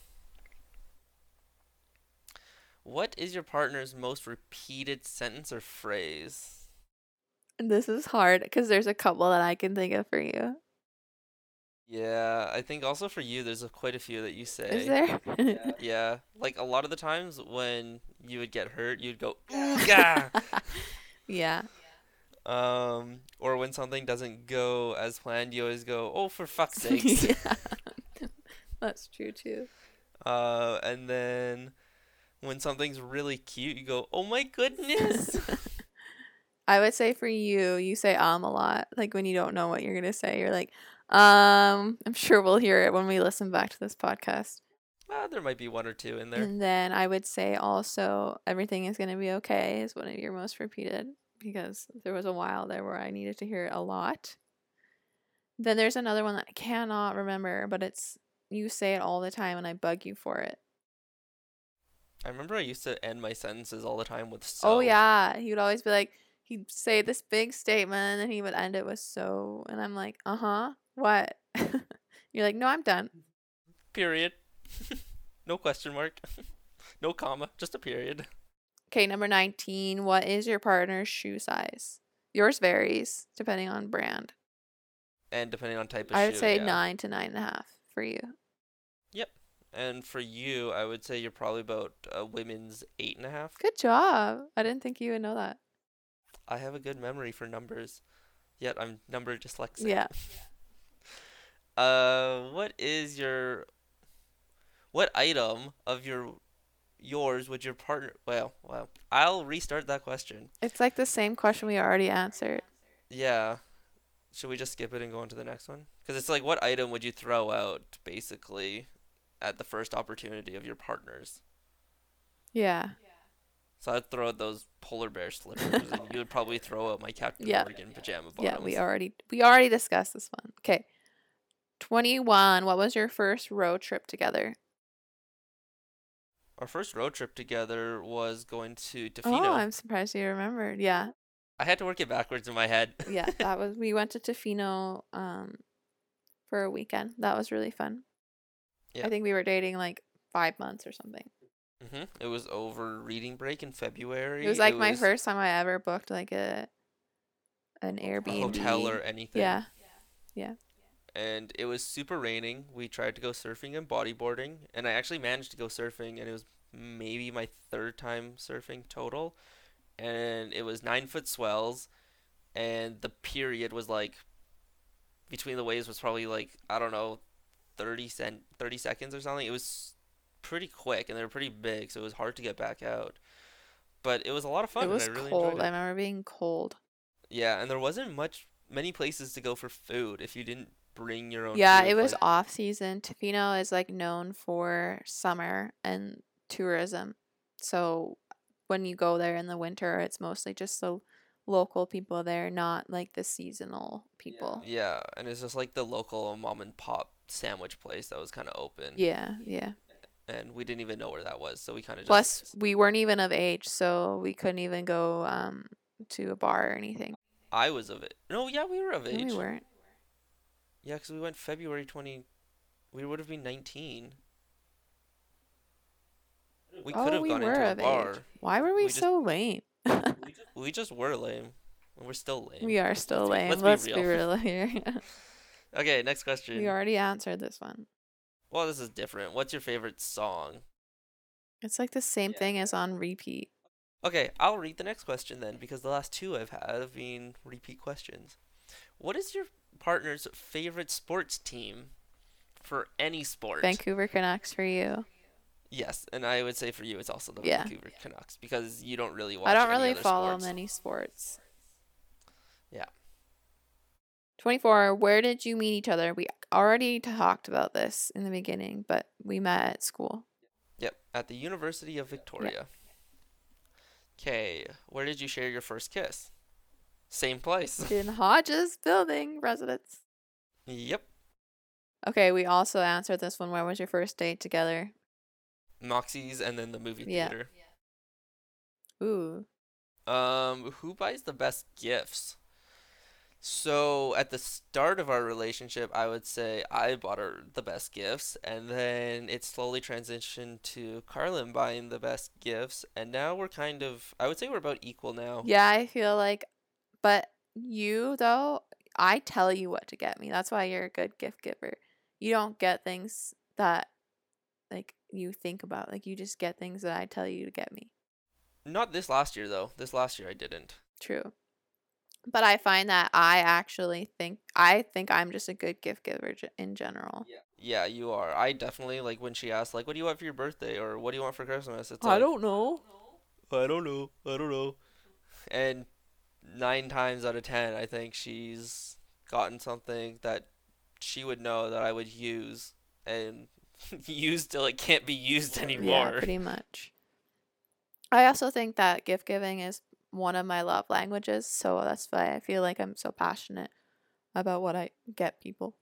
Speaker 2: What is your partner's most repeated sentence or phrase?
Speaker 1: This is hard because there's a couple that I can think of for you.
Speaker 2: Yeah, I think also for you, there's a, quite a few that you
Speaker 1: Is
Speaker 2: say.
Speaker 1: there?
Speaker 2: Yeah, like a lot of the times when you would get hurt, you'd go, "Ooga!"
Speaker 1: yeah.
Speaker 2: Um, or when something doesn't go as planned, you always go, "Oh, for fuck's sakes!"
Speaker 1: yeah. That's true too.
Speaker 2: uh, and then when something's really cute, you go, "Oh my goodness!"
Speaker 1: I would say for you, you say um a lot. Like when you don't know what you're gonna say, you're like, um, I'm sure we'll hear it when we listen back to this podcast.
Speaker 2: Ah, there might be one or two in there.
Speaker 1: And then I would say also everything is gonna be okay is one of your most repeated because there was a while there where I needed to hear it a lot. Then there's another one that I cannot remember, but it's you say it all the time and I bug you for it.
Speaker 2: I remember I used to end my sentences all the time with "so."
Speaker 1: Oh yeah, he would always be like, he'd say this big statement, and he would end it with "so," and I'm like, uh huh, what? You're like, no, I'm done.
Speaker 2: Period. no question mark. no comma. Just a period.
Speaker 1: Okay, number nineteen. What is your partner's shoe size? Yours varies depending on brand.
Speaker 2: And depending on type of
Speaker 1: I would
Speaker 2: shoe,
Speaker 1: say
Speaker 2: yeah.
Speaker 1: nine to nine and a half for you.
Speaker 2: And for you, I would say you're probably about uh, women's eight and a half.
Speaker 1: Good job. I didn't think you would know that.
Speaker 2: I have a good memory for numbers, yet I'm number dyslexic.
Speaker 1: Yeah.
Speaker 2: Uh, what is your what item of your yours would your partner well well I'll restart that question.
Speaker 1: It's like the same question we already answered.
Speaker 2: Yeah. Should we just skip it and go on to the next one? Cuz it's like what item would you throw out basically at the first opportunity of your partners?
Speaker 1: Yeah.
Speaker 2: So I'd throw out those polar bear slippers and you would probably throw out my Captain
Speaker 1: Yeah.
Speaker 2: Morgan pajama bottoms.
Speaker 1: Yeah, we already we already discussed this one. Okay. 21. What was your first road trip together?
Speaker 2: Our first road trip together was going to Tofino.
Speaker 1: Oh, I'm surprised you remembered. Yeah.
Speaker 2: I had to work it backwards in my head.
Speaker 1: Yeah, that was we went to Tofino um for a weekend. That was really fun.
Speaker 2: Yeah.
Speaker 1: I think we were dating like 5 months or something.
Speaker 2: hmm It was over reading break in February.
Speaker 1: It was like my first time I ever booked like a an
Speaker 2: a
Speaker 1: Airbnb.
Speaker 2: hotel or anything.
Speaker 1: Yeah.
Speaker 2: And it was super raining. We tried to go surfing and bodyboarding, and I actually managed to go surfing, and it was maybe my third time surfing total. And it was nine foot swells, and the period was like between the waves was probably like I don't know, thirty cent thirty seconds or something. It was pretty quick, and they were pretty big, so it was hard to get back out. But it was a lot of fun.
Speaker 1: It was
Speaker 2: and I really enjoyed
Speaker 1: cold.
Speaker 2: it.
Speaker 1: I remember being cold.
Speaker 2: Yeah, and there wasn't much many places to go for food if you didn't bring your own
Speaker 1: Yeah,
Speaker 2: food,
Speaker 1: it was
Speaker 2: like-
Speaker 1: off season. Tofino is like known for summer and tourism. So when you go there in the winter, it's mostly just the local people there, not like the seasonal people.
Speaker 2: Yeah, and it's just like the local mom and pop sandwich place that was kind of open.
Speaker 1: Yeah, yeah.
Speaker 2: And we didn't even know where that was, so we kind of just
Speaker 1: Plus, we weren't even of age, so we couldn't even go um to a bar or anything.
Speaker 2: I was of it. No, yeah, we were of
Speaker 1: No,
Speaker 2: age.
Speaker 1: we weren't.
Speaker 2: Yeah, cuz we went February 20 we would have been 19. We could
Speaker 1: oh,
Speaker 2: have
Speaker 1: we
Speaker 2: gone
Speaker 1: were
Speaker 2: into a
Speaker 1: of
Speaker 2: bar.
Speaker 1: age. Why were we,
Speaker 2: We just-
Speaker 1: so lame?
Speaker 2: We just were lame. And We're still lame.
Speaker 1: We are still lame.
Speaker 2: let's
Speaker 1: Let's,
Speaker 2: be
Speaker 1: be,
Speaker 2: real.
Speaker 1: real here.
Speaker 2: Okay, next question.
Speaker 1: we already answered this one.
Speaker 2: Well, this is different. What's your favorite song?
Speaker 1: It's like the same thing as on repeat.
Speaker 2: Okay, I'll read the next question then because the last two I've had have been repeat questions. What is your partner's favorite sports team for any sport?
Speaker 1: Vancouver Canucks for you.
Speaker 2: Yes, and I would say for you it's also the
Speaker 1: Yeah.
Speaker 2: Vancouver Canucks because you don't really watch.
Speaker 1: I don't
Speaker 2: any
Speaker 1: really
Speaker 2: other
Speaker 1: follow
Speaker 2: sports.
Speaker 1: many sports.
Speaker 2: Yeah.
Speaker 1: 24. Where did you meet each other? We already talked about this in the beginning, but we met at school.
Speaker 2: Yep, at the University of Victoria. Okay, where did you share your first kiss? Same place.
Speaker 1: In Hodges Building residence.
Speaker 2: yep,
Speaker 1: Okay, we also answered this one. When was your first date together?
Speaker 2: Moxie's and then the movie
Speaker 1: Yeah.
Speaker 2: theater.
Speaker 1: Ooh.
Speaker 2: Um, who buys the best gifts? So at the start of our relationship, I would say I bought her the best gifts, and then it slowly transitioned to Carlin buying the best gifts, and now we're kind of I would say we're about equal now.
Speaker 1: Yeah, I feel like, but you though, I tell you what to get me. That's why you're a good gift giver. You don't get things that like you think about. Like you just get things that I tell you to get me.
Speaker 2: Not this last year though. This last year I didn't.
Speaker 1: True. But I find that I actually think I think I'm just a good gift giver ge- in general.
Speaker 2: Yeah. Yeah, you are. I definitely like when she asked like what do you want for your birthday or what do you want for Christmas? It's like
Speaker 1: know.
Speaker 2: I don't know. I don't know. And nine times out of ten, I think she's gotten something that she would know that I would use and use till it can't be used
Speaker 1: Yeah,
Speaker 2: anymore.
Speaker 1: pretty much. I also think that gift giving is one of my love languages, so that's why I feel like I'm so passionate about what I get people.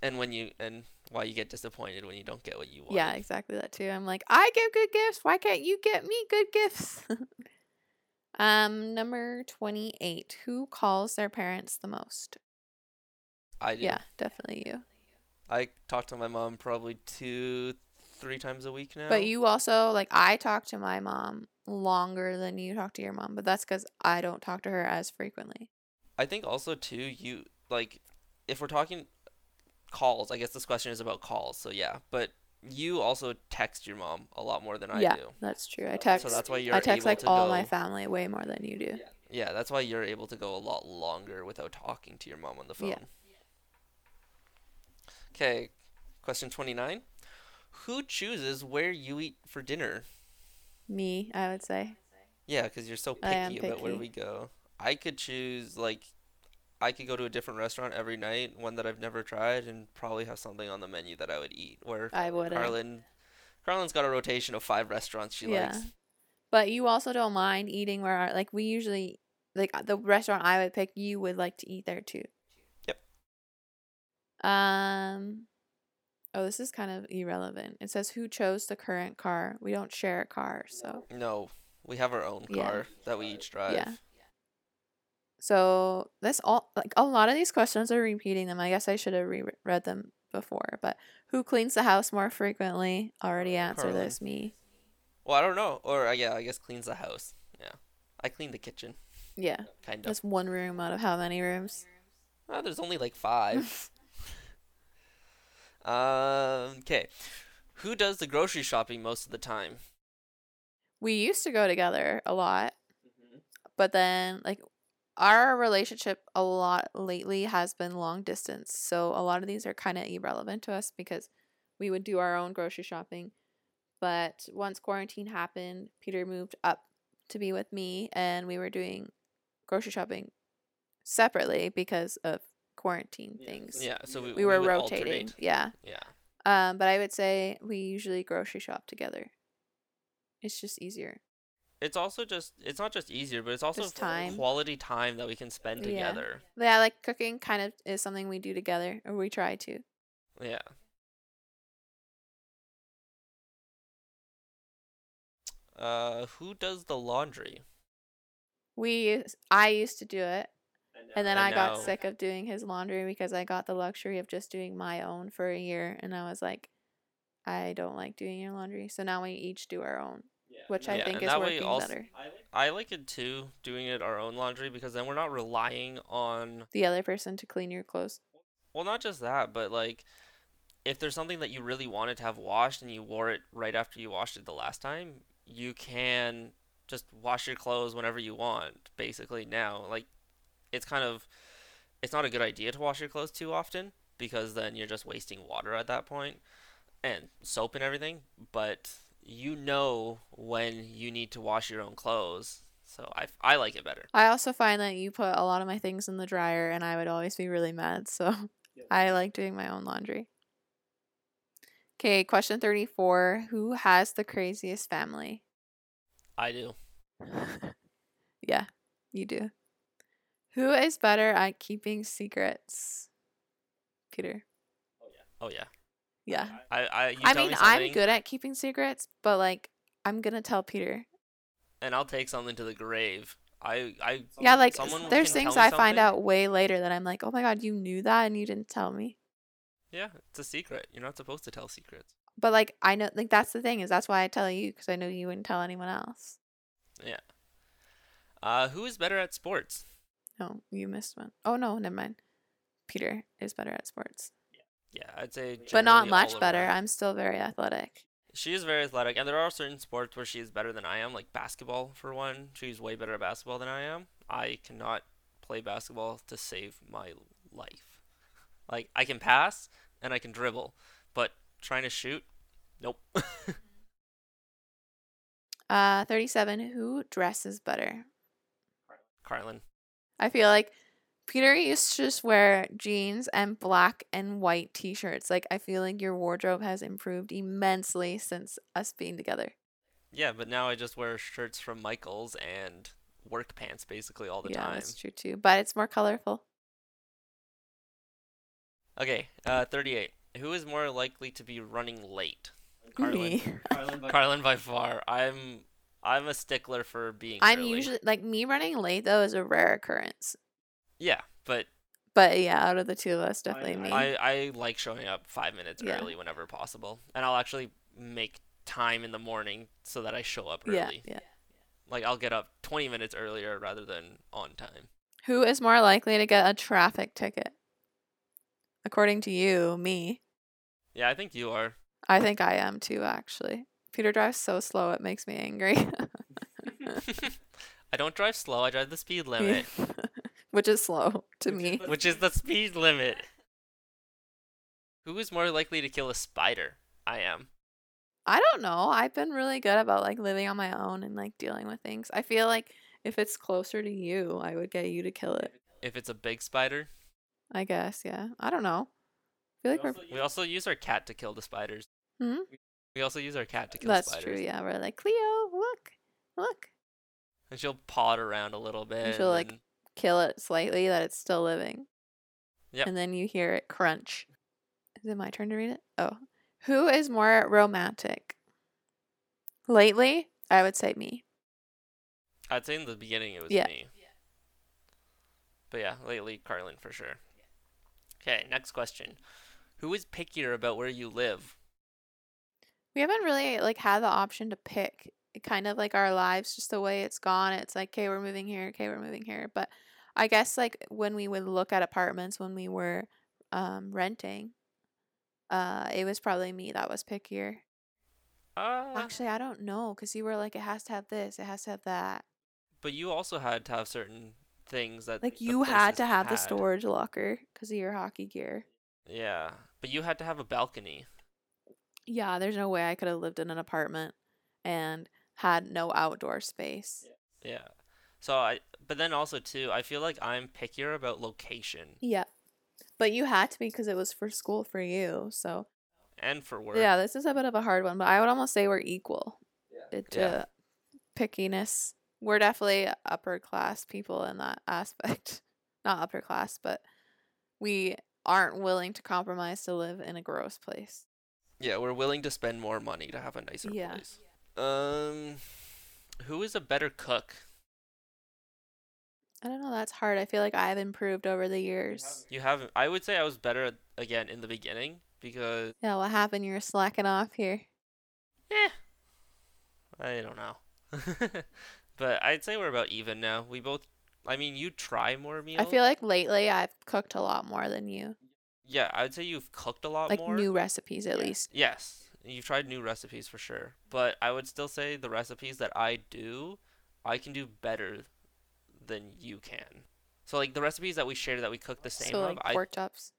Speaker 2: and when you and why you get disappointed when you don't get what you want.
Speaker 1: Yeah, exactly that too. I'm like, I give good gifts. Why can't you get me good gifts? um, number twenty-eight. Who calls their parents the most?
Speaker 2: I do.
Speaker 1: Yeah, definitely you.
Speaker 2: I talk to my mom probably two, three times a week now.
Speaker 1: But you also like I talk to my mom longer than you talk to your mom, but that's because I don't talk to her as frequently.
Speaker 2: I think also too you like if we're talking calls, I guess this question is about calls. So yeah, but you also text your mom a lot more than I
Speaker 1: yeah,
Speaker 2: do.
Speaker 1: that's true. I text.
Speaker 2: So that's why you're
Speaker 1: I text
Speaker 2: able
Speaker 1: like
Speaker 2: to
Speaker 1: all
Speaker 2: go,
Speaker 1: my family way more than you do.
Speaker 2: Yeah, that's why you're able to go a lot longer without talking to your mom on the phone.
Speaker 1: Yeah.
Speaker 2: Okay, question 29. Who chooses where you eat for dinner?
Speaker 1: Me, I would say.
Speaker 2: Yeah, because you're so
Speaker 1: I am
Speaker 2: picky about where
Speaker 1: picky.
Speaker 2: we go. I could choose, like, I could go to a different restaurant every night, one that I've never tried, and probably have something on the menu that I would eat. Where
Speaker 1: I wouldn't.
Speaker 2: Carlin, Carlin's got a rotation of five restaurants she
Speaker 1: Yeah.
Speaker 2: likes.
Speaker 1: But you also don't mind eating where I, like we usually like the restaurant I would pick. You would like to eat there too.
Speaker 2: Yep.
Speaker 1: Um. Oh, this is kind of irrelevant. It says who chose the current car. We don't share a car, so
Speaker 2: No, we have our own
Speaker 1: Yeah.
Speaker 2: car that we each drive.
Speaker 1: Yeah. So this all like a lot of these questions are repeating them. I guess I should have reread them before. But who cleans the house more frequently? Already answered
Speaker 2: Carly.
Speaker 1: this. Me.
Speaker 2: Well, I don't know. Or uh, yeah, I guess cleans the house. Yeah, I clean the kitchen,
Speaker 1: Yeah,
Speaker 2: kind of.
Speaker 1: that's one room out of how many rooms?
Speaker 2: Ah, there's only like five. um. Okay. Who does the grocery shopping most of the time?
Speaker 1: We used to go together a lot, but then like our relationship a lot lately has been long distance. So a lot of these are kind of irrelevant to us because we would do our own grocery shopping. But once quarantine happened, Peter moved up to be with me and we were doing grocery shopping separately because of quarantine things.
Speaker 2: Yeah. So we
Speaker 1: We were
Speaker 2: would
Speaker 1: rotating.
Speaker 2: alternate.
Speaker 1: Yeah.
Speaker 2: Yeah.
Speaker 1: Um, but I would say we usually grocery shop together. It's just easier.
Speaker 2: It's also just it's not just easier, but it's also
Speaker 1: Just
Speaker 2: f-
Speaker 1: time.
Speaker 2: quality time that we can spend
Speaker 1: Yeah.
Speaker 2: together.
Speaker 1: Yeah, like cooking kind of is something we do together or we try to.
Speaker 2: Yeah. Uh, who does the laundry?
Speaker 1: We us- I used to do it, and then
Speaker 2: I
Speaker 1: I, got
Speaker 2: know.
Speaker 1: sick of doing his laundry because I got the luxury of just doing my own for a year, and I was like, I don't like doing your laundry, so now we each do our own, which I
Speaker 2: Yeah,
Speaker 1: think
Speaker 2: and
Speaker 1: is
Speaker 2: that way
Speaker 1: working
Speaker 2: also-
Speaker 1: better.
Speaker 2: I like it too, doing it our own laundry because then we're not relying on
Speaker 1: The other person to clean your clothes.
Speaker 2: well, not just that, but like if there's something that you really wanted to have washed and you wore it right after you washed it the last time, you can just wash your clothes whenever you want, basically now. Like it's kind of it's not a good idea to wash your clothes too often because then you're just wasting water at that point and soap and everything, but you know when you need to wash your own clothes. So I, I like it better.
Speaker 1: I also find that you put a lot of my things in the dryer and I would always be really mad. So I like doing my own laundry. Okay, question 34 Who has the craziest family?
Speaker 2: I do.
Speaker 1: yeah, you do. Who is better at keeping secrets? Peter.
Speaker 2: Oh yeah.
Speaker 1: Yeah.
Speaker 2: I I Uh, you
Speaker 1: I
Speaker 2: tell
Speaker 1: mean,
Speaker 2: me
Speaker 1: I'm
Speaker 2: something
Speaker 1: good at keeping secrets, but like, I'm gonna tell Peter.
Speaker 2: and I'll take something to the grave. I I
Speaker 1: yeah, like,
Speaker 2: someone
Speaker 1: there's
Speaker 2: can
Speaker 1: things
Speaker 2: tell me
Speaker 1: I find
Speaker 2: something.
Speaker 1: out way later that I'm like, oh my god, you knew that and you didn't tell me.
Speaker 2: Yeah, it's a secret. You're not supposed to tell secrets.
Speaker 1: But like, I know, like, that's the thing is that's why I tell you because I know you wouldn't tell anyone else.
Speaker 2: Yeah. Uh, who is better at sports?
Speaker 1: No, you missed one. Oh no, never mind. Peter is better at sports,
Speaker 2: Yeah, I'd say.
Speaker 1: but not
Speaker 2: generally all
Speaker 1: much better.
Speaker 2: around.
Speaker 1: I'm still very athletic.
Speaker 2: She is very athletic, and there are certain sports where she is better than I am, like basketball for one. She's way better at basketball than I am. I cannot play basketball to save my life. Like I can pass and I can dribble, but trying to shoot, nope.
Speaker 1: Uh, 37. Who dresses better?
Speaker 2: Carlin.
Speaker 1: I feel like Peter used to just wear jeans and black and white t shirts. Like, I feel like your wardrobe has improved immensely since us being together.
Speaker 2: Yeah, but now I just wear shirts from Michaels and work pants basically all the
Speaker 1: yeah,
Speaker 2: time.
Speaker 1: that's true too. But it's more colorful.
Speaker 2: Okay, uh, 38. Who is more likely to be running late?
Speaker 1: Me.
Speaker 2: Carlin by far. I'm I'm a stickler for being
Speaker 1: I'm
Speaker 2: early.
Speaker 1: usually like me running late though is a rare occurrence.
Speaker 2: Yeah, but
Speaker 1: But yeah, out of the two of us, definitely me.
Speaker 2: I, I like showing up five minutes
Speaker 1: Yeah.
Speaker 2: early whenever possible. And I'll actually make time in the morning so that I show up early.
Speaker 1: yeah, yeah.
Speaker 2: Like I'll get up 20 minutes earlier rather than on time.
Speaker 1: Who is more likely to get a traffic ticket? According to you, me.
Speaker 2: Yeah, I think you are.
Speaker 1: I think I am too, actually. Peter drives so slow, it makes me angry.
Speaker 2: I don't drive slow, I drive the speed limit,
Speaker 1: Which is slow to me.
Speaker 2: which is the speed limit. Who is more likely to kill a spider? I am.
Speaker 1: I don't know. I've been really good about like living on my own and like dealing with things. I feel like if it's closer to you, I would get you to kill it.
Speaker 2: If it's a big spider,
Speaker 1: I guess, yeah. I don't know. I feel like we're
Speaker 2: we also use our cat to kill the spiders.
Speaker 1: Hmm?
Speaker 2: We also use our cat to kill
Speaker 1: that's
Speaker 2: spiders.
Speaker 1: true, yeah. We're like, Cleo, look, look.
Speaker 2: And she'll paw it around a little bit.
Speaker 1: she'll, like,
Speaker 2: and-
Speaker 1: Kill it slightly that it's still living.
Speaker 2: Yep.
Speaker 1: And then you hear it crunch. Is it my turn to read it? Oh. Who is more romantic? Lately, I would say me.
Speaker 2: I'd say in the beginning it was
Speaker 1: Yeah.
Speaker 2: me. But yeah, lately Carlin for sure. Okay, next question. Who is pickier about where you live?
Speaker 1: we haven't really like had the option to pick it kind of like our lives just the way it's gone it's like okay we're moving here okay we're moving here but i guess like when we would look at apartments when we were um renting uh it was probably me that was pickier
Speaker 2: Uh,
Speaker 1: actually i don't know because you were like it has to have this it has to have that
Speaker 2: but you also had to have certain things that
Speaker 1: like
Speaker 2: the
Speaker 1: you had
Speaker 2: places
Speaker 1: to have the
Speaker 2: had.
Speaker 1: storage locker because of your hockey gear
Speaker 2: Yeah, but you had to have a balcony.
Speaker 1: yeah there's no way i could have lived in an apartment and had no outdoor space
Speaker 2: Yeah. So I, but then also too, I feel like I'm pickier about location
Speaker 1: Yeah. But you had to be because it was for school for you. So,
Speaker 2: and for work.
Speaker 1: yeah, this is a bit of a hard one, but I would almost say we're equal it, to
Speaker 2: Yeah.
Speaker 1: pickiness. We're definitely upper class people in that aspect. Not upper class, but we aren't willing to compromise to live in a gross place.
Speaker 2: Yeah, we're willing to spend more money to have a nicer
Speaker 1: Yeah.
Speaker 2: place. Um, who is a better cook?
Speaker 1: I don't know. That's hard. I feel like I've improved over the years.
Speaker 2: You haven't. I would say I was better at, again in the beginning because
Speaker 1: Yeah, what happened? You were slacking off here.
Speaker 2: eh, I don't know. but I'd say we're about even now. We both. I mean, you try more meals.
Speaker 1: I feel like lately I've cooked a lot more than you.
Speaker 2: Yeah, I would say you've cooked a lot
Speaker 1: like
Speaker 2: more.
Speaker 1: new recipes at least.
Speaker 2: Yes, you've tried new recipes for sure, but I would still say the recipes that I do, I can do better than you can. So like the recipes that we share that we cook the same
Speaker 1: So
Speaker 2: of,
Speaker 1: like
Speaker 2: I
Speaker 1: pork chops.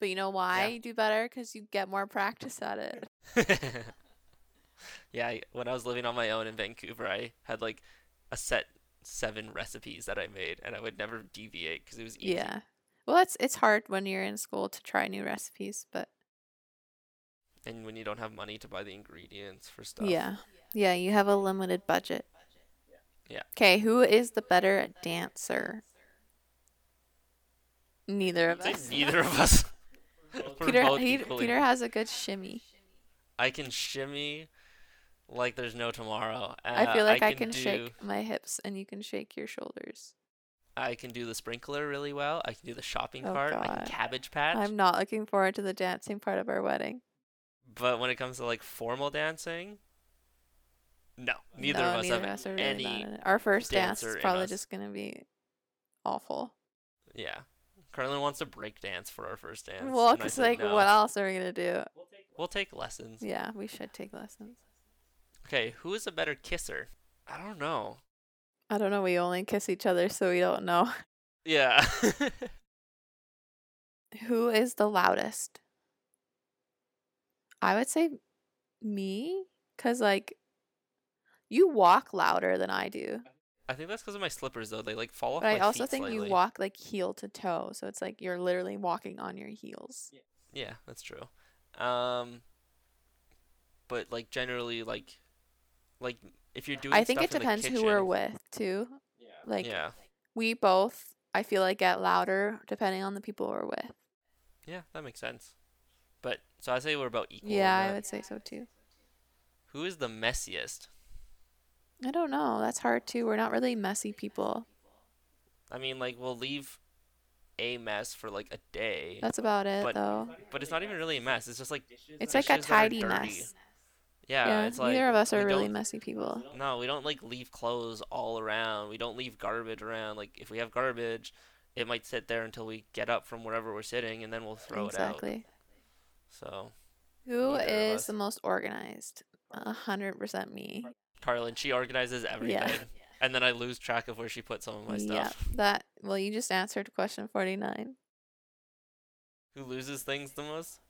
Speaker 1: But you know why you do better? Because you get more practice at it.
Speaker 2: yeah, I, when I was living on my own in Vancouver, I had like a set seven recipes that I made, and I would never deviate because it was easy.
Speaker 1: Yeah. Well, it's it's hard when you're in school to try new recipes, but
Speaker 2: And when you don't have money to buy the ingredients for stuff.
Speaker 1: yeah, yeah, you have a limited budget.
Speaker 2: Yeah.
Speaker 1: Okay, who is the better dancer? Neither of
Speaker 2: I'd
Speaker 1: us.
Speaker 2: say neither of us. We're
Speaker 1: Peter
Speaker 2: both
Speaker 1: he,
Speaker 2: equally-
Speaker 1: Peter has a good shimmy.
Speaker 2: I can shimmy like there's no tomorrow.
Speaker 1: I feel
Speaker 2: Uh,
Speaker 1: like I can,
Speaker 2: do,
Speaker 1: shake my hips and you can shake your shoulders.
Speaker 2: I can do the sprinkler really well. I can do the shopping
Speaker 1: Oh,
Speaker 2: cart. I can
Speaker 1: God.
Speaker 2: cabbage patch.
Speaker 1: I'm not looking forward to the dancing part of our wedding.
Speaker 2: But when it comes to like formal dancing, no, neither
Speaker 1: no,
Speaker 2: of us
Speaker 1: neither
Speaker 2: have
Speaker 1: of us are really
Speaker 2: any.
Speaker 1: not in it. Our first dance
Speaker 2: dancer
Speaker 1: is
Speaker 2: in
Speaker 1: probably
Speaker 2: us.
Speaker 1: just gonna be awful.
Speaker 2: Yeah, Carlin wants to break dance for our first dance.
Speaker 1: well,
Speaker 2: and I
Speaker 1: because
Speaker 2: said
Speaker 1: like,
Speaker 2: no.
Speaker 1: what else are we gonna do?
Speaker 2: We'll take lessons.
Speaker 1: Yeah, we should take lessons.
Speaker 2: Okay, who is a better kisser? I don't know.
Speaker 1: I don't know. We only kiss each other, so we don't know
Speaker 2: Yeah.
Speaker 1: who is the loudest. I would say me, cause like you walk louder than I do,
Speaker 2: I think that's because of my slippers though. They like fall off
Speaker 1: but I
Speaker 2: my
Speaker 1: also
Speaker 2: feet
Speaker 1: think
Speaker 2: slightly.
Speaker 1: you walk like heel to toe, so it's like you're literally walking on your heels.
Speaker 2: Yeah, that's true. Um, but like generally, like, like if you're doing,
Speaker 1: I think it
Speaker 2: stuff in the
Speaker 1: depends who we're
Speaker 2: kitchen-
Speaker 1: with too. Like
Speaker 2: yeah,
Speaker 1: we both, I feel like get louder depending on the people we're with.
Speaker 2: yeah, that makes sense. But so I say we're about equal. in
Speaker 1: Yeah, I
Speaker 2: that.
Speaker 1: would say so too.
Speaker 2: Who is the messiest?
Speaker 1: I don't know. That's hard too. We're not really messy people.
Speaker 2: I mean, like we'll leave a mess for like a day,
Speaker 1: That's about it
Speaker 2: But-
Speaker 1: though.
Speaker 2: but it's not even really a mess. It's just like
Speaker 1: It's like a
Speaker 2: dishes that are
Speaker 1: tidy
Speaker 2: dirty.
Speaker 1: mess.
Speaker 2: yeah,
Speaker 1: Yeah,
Speaker 2: it's like
Speaker 1: neither of us
Speaker 2: we
Speaker 1: are really
Speaker 2: don't-
Speaker 1: messy people.
Speaker 2: No, we don't like leave clothes all around. We don't leave garbage around. Like if we have garbage, it might sit there until we get up from wherever we're sitting, and then we'll throw it out.
Speaker 1: Exactly.
Speaker 2: So
Speaker 1: Who
Speaker 2: Neither of
Speaker 1: is
Speaker 2: us.
Speaker 1: the most organized? A hundred percent me.
Speaker 2: Carlin, she organizes everything, and then I lose track of where she put some of my
Speaker 1: Yeah.
Speaker 2: stuff.
Speaker 1: That well, you just answered question forty nine.
Speaker 2: Who loses things the most?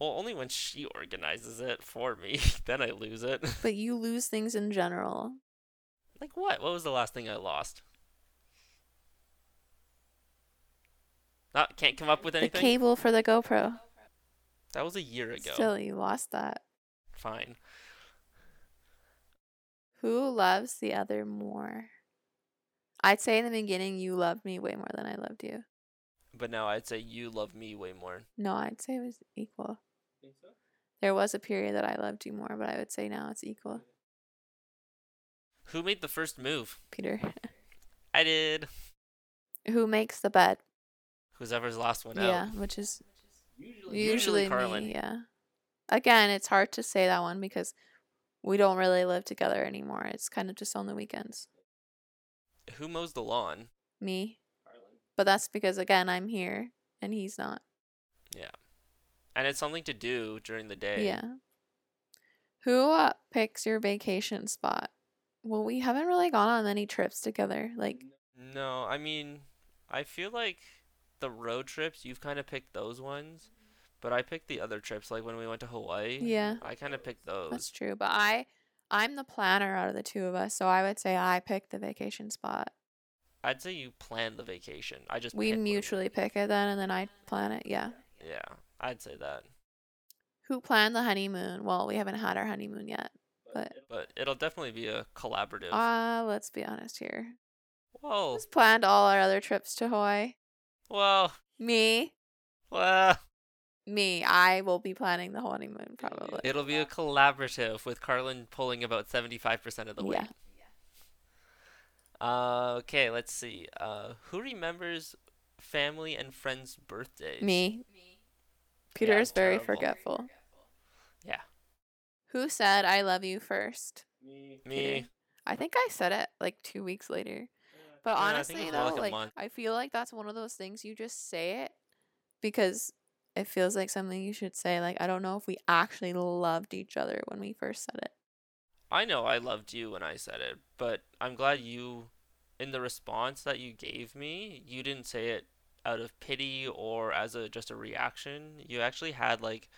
Speaker 2: Well, only when she organizes it for me, then I lose it.
Speaker 1: But you lose things in general.
Speaker 2: like what? What was the last thing I lost? Not can't come up with
Speaker 1: The
Speaker 2: anything.
Speaker 1: cable for the GoPro.
Speaker 2: that was a year ago.
Speaker 1: Still, you lost that.
Speaker 2: Fine.
Speaker 1: Who loves the other more? I'd say in the beginning you loved me way more than I loved you.
Speaker 2: But now I'd say you love me way more.
Speaker 1: No, I'd say it was equal. There was a period that I loved you more, but I would say now it's equal.
Speaker 2: Who made the first move?
Speaker 1: Peter,
Speaker 2: I did.
Speaker 1: who makes the bed?
Speaker 2: Whoever's last one
Speaker 1: Yeah,
Speaker 2: out.
Speaker 1: which is usually,
Speaker 2: Usually Carlin.
Speaker 1: me. Yeah. Again, it's hard to say that one because we don't really live together anymore. It's kind of just on the weekends.
Speaker 2: Who mows the lawn?
Speaker 1: Me. But that's because again I'm here and he's not.
Speaker 2: And it's something to do during the day.
Speaker 1: Yeah. Who uh, picks your vacation spot? Well, we haven't really gone on many trips together. Like,
Speaker 2: No, I mean, I feel like the road trips, you've kind of picked those ones, but I picked the other trips, like when we went to Hawaii.
Speaker 1: yeah,
Speaker 2: I kind of picked
Speaker 1: that's
Speaker 2: those.
Speaker 1: true. But I, I'm the planner out of the two of us, so I would say I pick the vacation spot.
Speaker 2: I'd say you planned the vacation. I just
Speaker 1: We
Speaker 2: pick where
Speaker 1: mutually pick it then, and then I plan it. Yeah.
Speaker 2: Yeah, I'd say that.
Speaker 1: Who planned the honeymoon? Well, we haven't had our honeymoon yet, but
Speaker 2: But it'll definitely be a collaborative.
Speaker 1: uh, let's be honest here.
Speaker 2: Whoa.
Speaker 1: Who's planned all our other trips to Hawaii?
Speaker 2: Well,
Speaker 1: Me,
Speaker 2: well,
Speaker 1: me. I will be planning the honeymoon probably.
Speaker 2: it'll be a collaborative with Carlin pulling about 75% of the weight.
Speaker 1: Yeah.
Speaker 2: Uh, okay, let's see. Uh, who remembers family and friends' birthdays?
Speaker 1: Me. Peter
Speaker 2: Yeah,
Speaker 1: is very
Speaker 2: terrible.
Speaker 1: forgetful.
Speaker 2: Yeah.
Speaker 1: Who said I love you first?
Speaker 2: Me.
Speaker 1: Peter. I think I said it like two weeks later. But
Speaker 2: Yeah, I think it
Speaker 1: honestly
Speaker 2: was more
Speaker 1: though,
Speaker 2: like a
Speaker 1: like
Speaker 2: month.
Speaker 1: I feel like that's one of those things you just say it because It feels like something you should say. Like, I don't know if we actually loved each other when we first said it.
Speaker 2: I know I loved you when I said it, but I'm glad you, in the response that you gave me, you didn't say it out of pity or as a just a reaction. You actually had like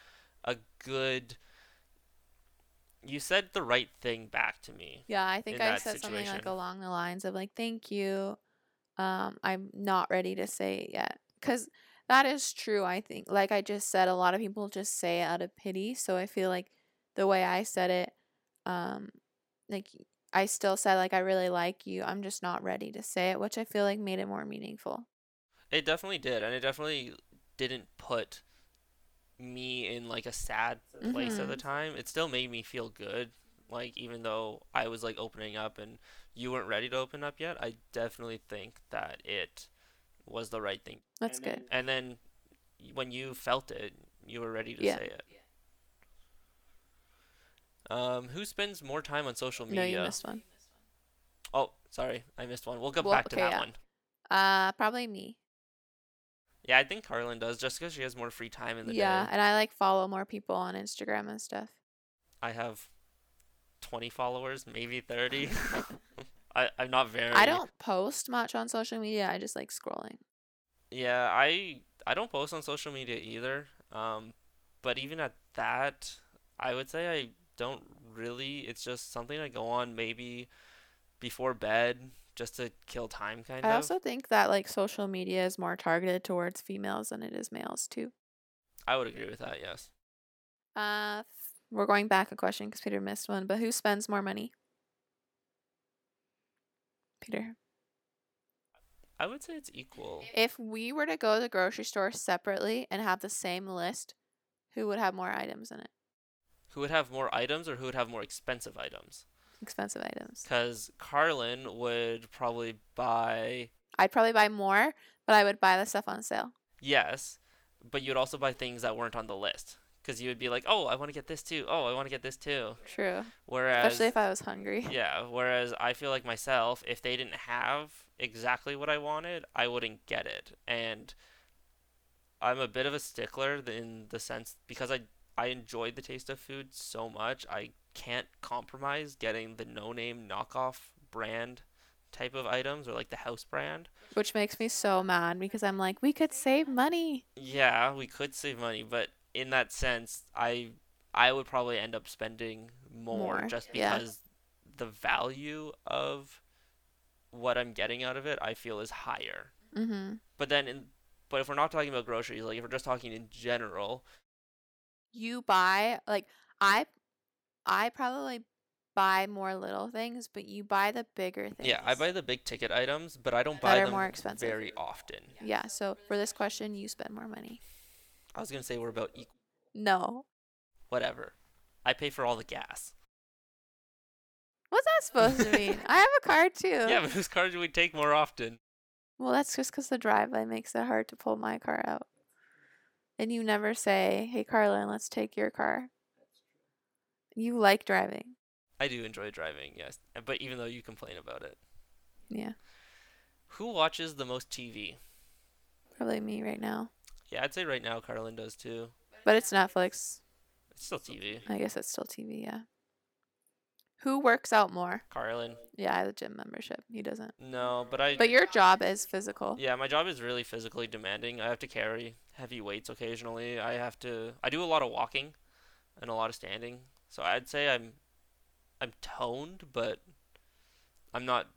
Speaker 2: a good. You said the right thing back to me.
Speaker 1: Yeah, I think
Speaker 2: In
Speaker 1: I
Speaker 2: that
Speaker 1: said something like
Speaker 2: situation.
Speaker 1: along the lines of like, "Thank you, um, I'm not ready to say it yet," because that is true. I think, like I just said, a lot of people just say it out of pity. So I feel like the way I said it, um, like I still said like I really like you. I'm just not ready to say it, which I feel like made it more meaningful.
Speaker 2: It definitely did, and it definitely didn't put me in like a sad place at the
Speaker 1: Mhm.
Speaker 2: time. It still made me feel good. Like even though I was like opening up and you weren't ready to open up yet, I definitely think that it was the right thing.
Speaker 1: That's good.
Speaker 2: And then when you felt it, you were ready to
Speaker 1: Yeah.
Speaker 2: say it. Um, who spends more time on social
Speaker 1: No, you
Speaker 2: media?
Speaker 1: missed one.
Speaker 2: oh, sorry, I missed one. We'll go
Speaker 1: Well,
Speaker 2: back to
Speaker 1: okay,
Speaker 2: that
Speaker 1: yeah.
Speaker 2: one.
Speaker 1: Uh, probably me.
Speaker 2: Yeah, I think Carlin does just because she has more free time in the
Speaker 1: Yeah,
Speaker 2: day.
Speaker 1: and I like follow more people on Instagram and stuff.
Speaker 2: I have 20 followers, maybe 30. I, I'm not very.
Speaker 1: I don't post much on social media. I just like scrolling.
Speaker 2: Yeah, I I don't post on social media either. Um, but even at that, I would say I don't really. It's just something I go on maybe before bed just to kill time, kind
Speaker 1: I
Speaker 2: of.
Speaker 1: also think that like social media is more targeted towards females than it is males too.
Speaker 2: I would agree with that. Yes.
Speaker 1: Uh, we're going back a question because Peter missed one. But who spends more money? Peter.
Speaker 2: I would say it's equal.
Speaker 1: If we were to go to the grocery store separately and have the same list, who would have more items in it?
Speaker 2: Who would have more items or who would have more expensive items?
Speaker 1: Expensive items.
Speaker 2: Because Carlin would probably buy,
Speaker 1: I'd probably buy more, but I would buy the stuff on sale.
Speaker 2: yes, but you'd also buy things that weren't on the list. Because you would be like, oh, I want to get this too. Oh, I want to get this too.
Speaker 1: True.
Speaker 2: Whereas,
Speaker 1: Especially if I was hungry.
Speaker 2: yeah, whereas I feel like myself, if they didn't have exactly what I wanted, I wouldn't get it. And I'm a bit of a stickler th- in the sense because I I enjoyed the taste of food so much, I can't compromise getting the no-name knockoff brand type of items or like the house brand.
Speaker 1: Which makes me so mad because I'm like, we could save money.
Speaker 2: Yeah, we could save money, but in that sense, I I would probably end up spending more,
Speaker 1: More,
Speaker 2: just
Speaker 1: yeah.
Speaker 2: because the value of what I'm getting out of it, I feel is higher.
Speaker 1: Mm-hmm.
Speaker 2: But then in but if we're not talking about groceries, like if we're just talking in general,
Speaker 1: You buy like I I probably buy more little things, but you buy the bigger things.
Speaker 2: Yeah, I buy the big ticket items, but I don't buy
Speaker 1: are
Speaker 2: them
Speaker 1: more expensive.
Speaker 2: very often.
Speaker 1: Yeah, so for this question you spend more money.
Speaker 2: I was gonna say we're about equal,
Speaker 1: No.
Speaker 2: whatever. I pay for all the gas.
Speaker 1: What's that supposed to mean? I have a car too.
Speaker 2: Yeah, but whose car do we take more often?
Speaker 1: Well, that's just because the drive-by makes it hard to pull my car out. And you never say, Hey Carlin, let's take your car. You like driving.
Speaker 2: I do enjoy driving, yes, but even though you complain about it,
Speaker 1: Yeah.
Speaker 2: who watches the most TV?
Speaker 1: Probably me right now.
Speaker 2: Yeah, I'd say right now Carlin does too.
Speaker 1: But it's Netflix.
Speaker 2: It's still TV.
Speaker 1: I guess it's still TV, yeah. Who works out more?
Speaker 2: Carlin,
Speaker 1: Yeah, I have a gym membership. He doesn't.
Speaker 2: no, but I.
Speaker 1: But your job is physical.
Speaker 2: Yeah, my job is really physically demanding. I have to carry heavy weights occasionally. I have to. I do a lot of walking, and a lot of standing. So I'd say I'm, I'm toned, but I'm not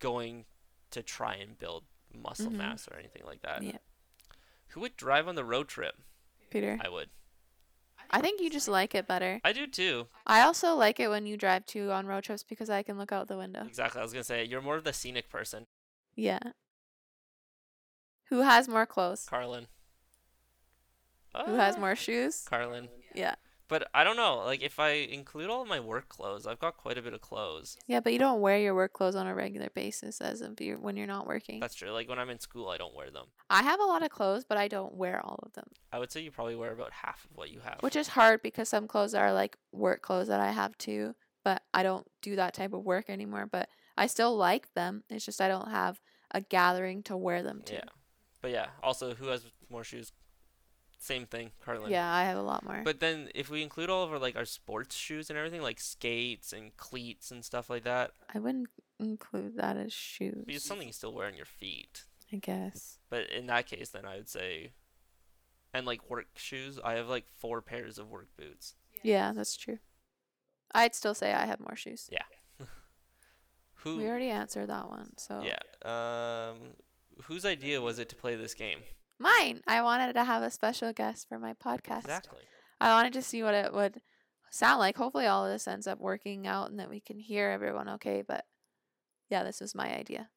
Speaker 2: going to try and build muscle
Speaker 1: Mhm.
Speaker 2: mass or anything like that.
Speaker 1: Yeah.
Speaker 2: Who would drive on the road trip?
Speaker 1: Peter.
Speaker 2: I would.
Speaker 1: I think you just like it better.
Speaker 2: I do too.
Speaker 1: I also like it when you drive too on road trips because I can look out the window.
Speaker 2: Exactly. I was gonna say you're more of the scenic person,
Speaker 1: Yeah. Who has more clothes?
Speaker 2: Carlin.
Speaker 1: Who has
Speaker 2: Ah,
Speaker 1: more shoes?
Speaker 2: Carlin?
Speaker 1: Yeah.
Speaker 2: But I don't know. Like if I include all of my work clothes, I've got quite a bit of clothes.
Speaker 1: Yeah, but you don't wear your work clothes on a regular basis as of you when you're not working.
Speaker 2: That's true. Like when I'm in school, I don't wear them.
Speaker 1: I have a lot of clothes, but I don't wear all of them.
Speaker 2: I would say you probably wear about half of what you have.
Speaker 1: which is hard because some clothes are like work clothes that I have too, but I don't do that type of work anymore. But I still like them. It's just I don't have a gathering to wear them to.
Speaker 2: Yeah. But yeah, also who has more shoes? Same thing, Carlin.
Speaker 1: Yeah, I have a lot more.
Speaker 2: But then if we include all of our like our sports shoes and everything, like skates and cleats and stuff like that,
Speaker 1: I wouldn't include that as shoes.
Speaker 2: because it's something you still wear on your feet.
Speaker 1: I guess.
Speaker 2: But in that case, then I would say, and like work shoes, I have like four pairs of work boots.
Speaker 1: Yeah, that's true. I'd still say I have more shoes.
Speaker 2: Yeah. Who?
Speaker 1: We already answered that one, so
Speaker 2: Yeah. Um, whose idea was it to play this game?
Speaker 1: mine. I wanted to have a special guest for my podcast.
Speaker 2: Exactly.
Speaker 1: I wanted to see what it would sound like. Hopefully, all of this ends up working out and that we can hear everyone okay. But yeah, this was my idea.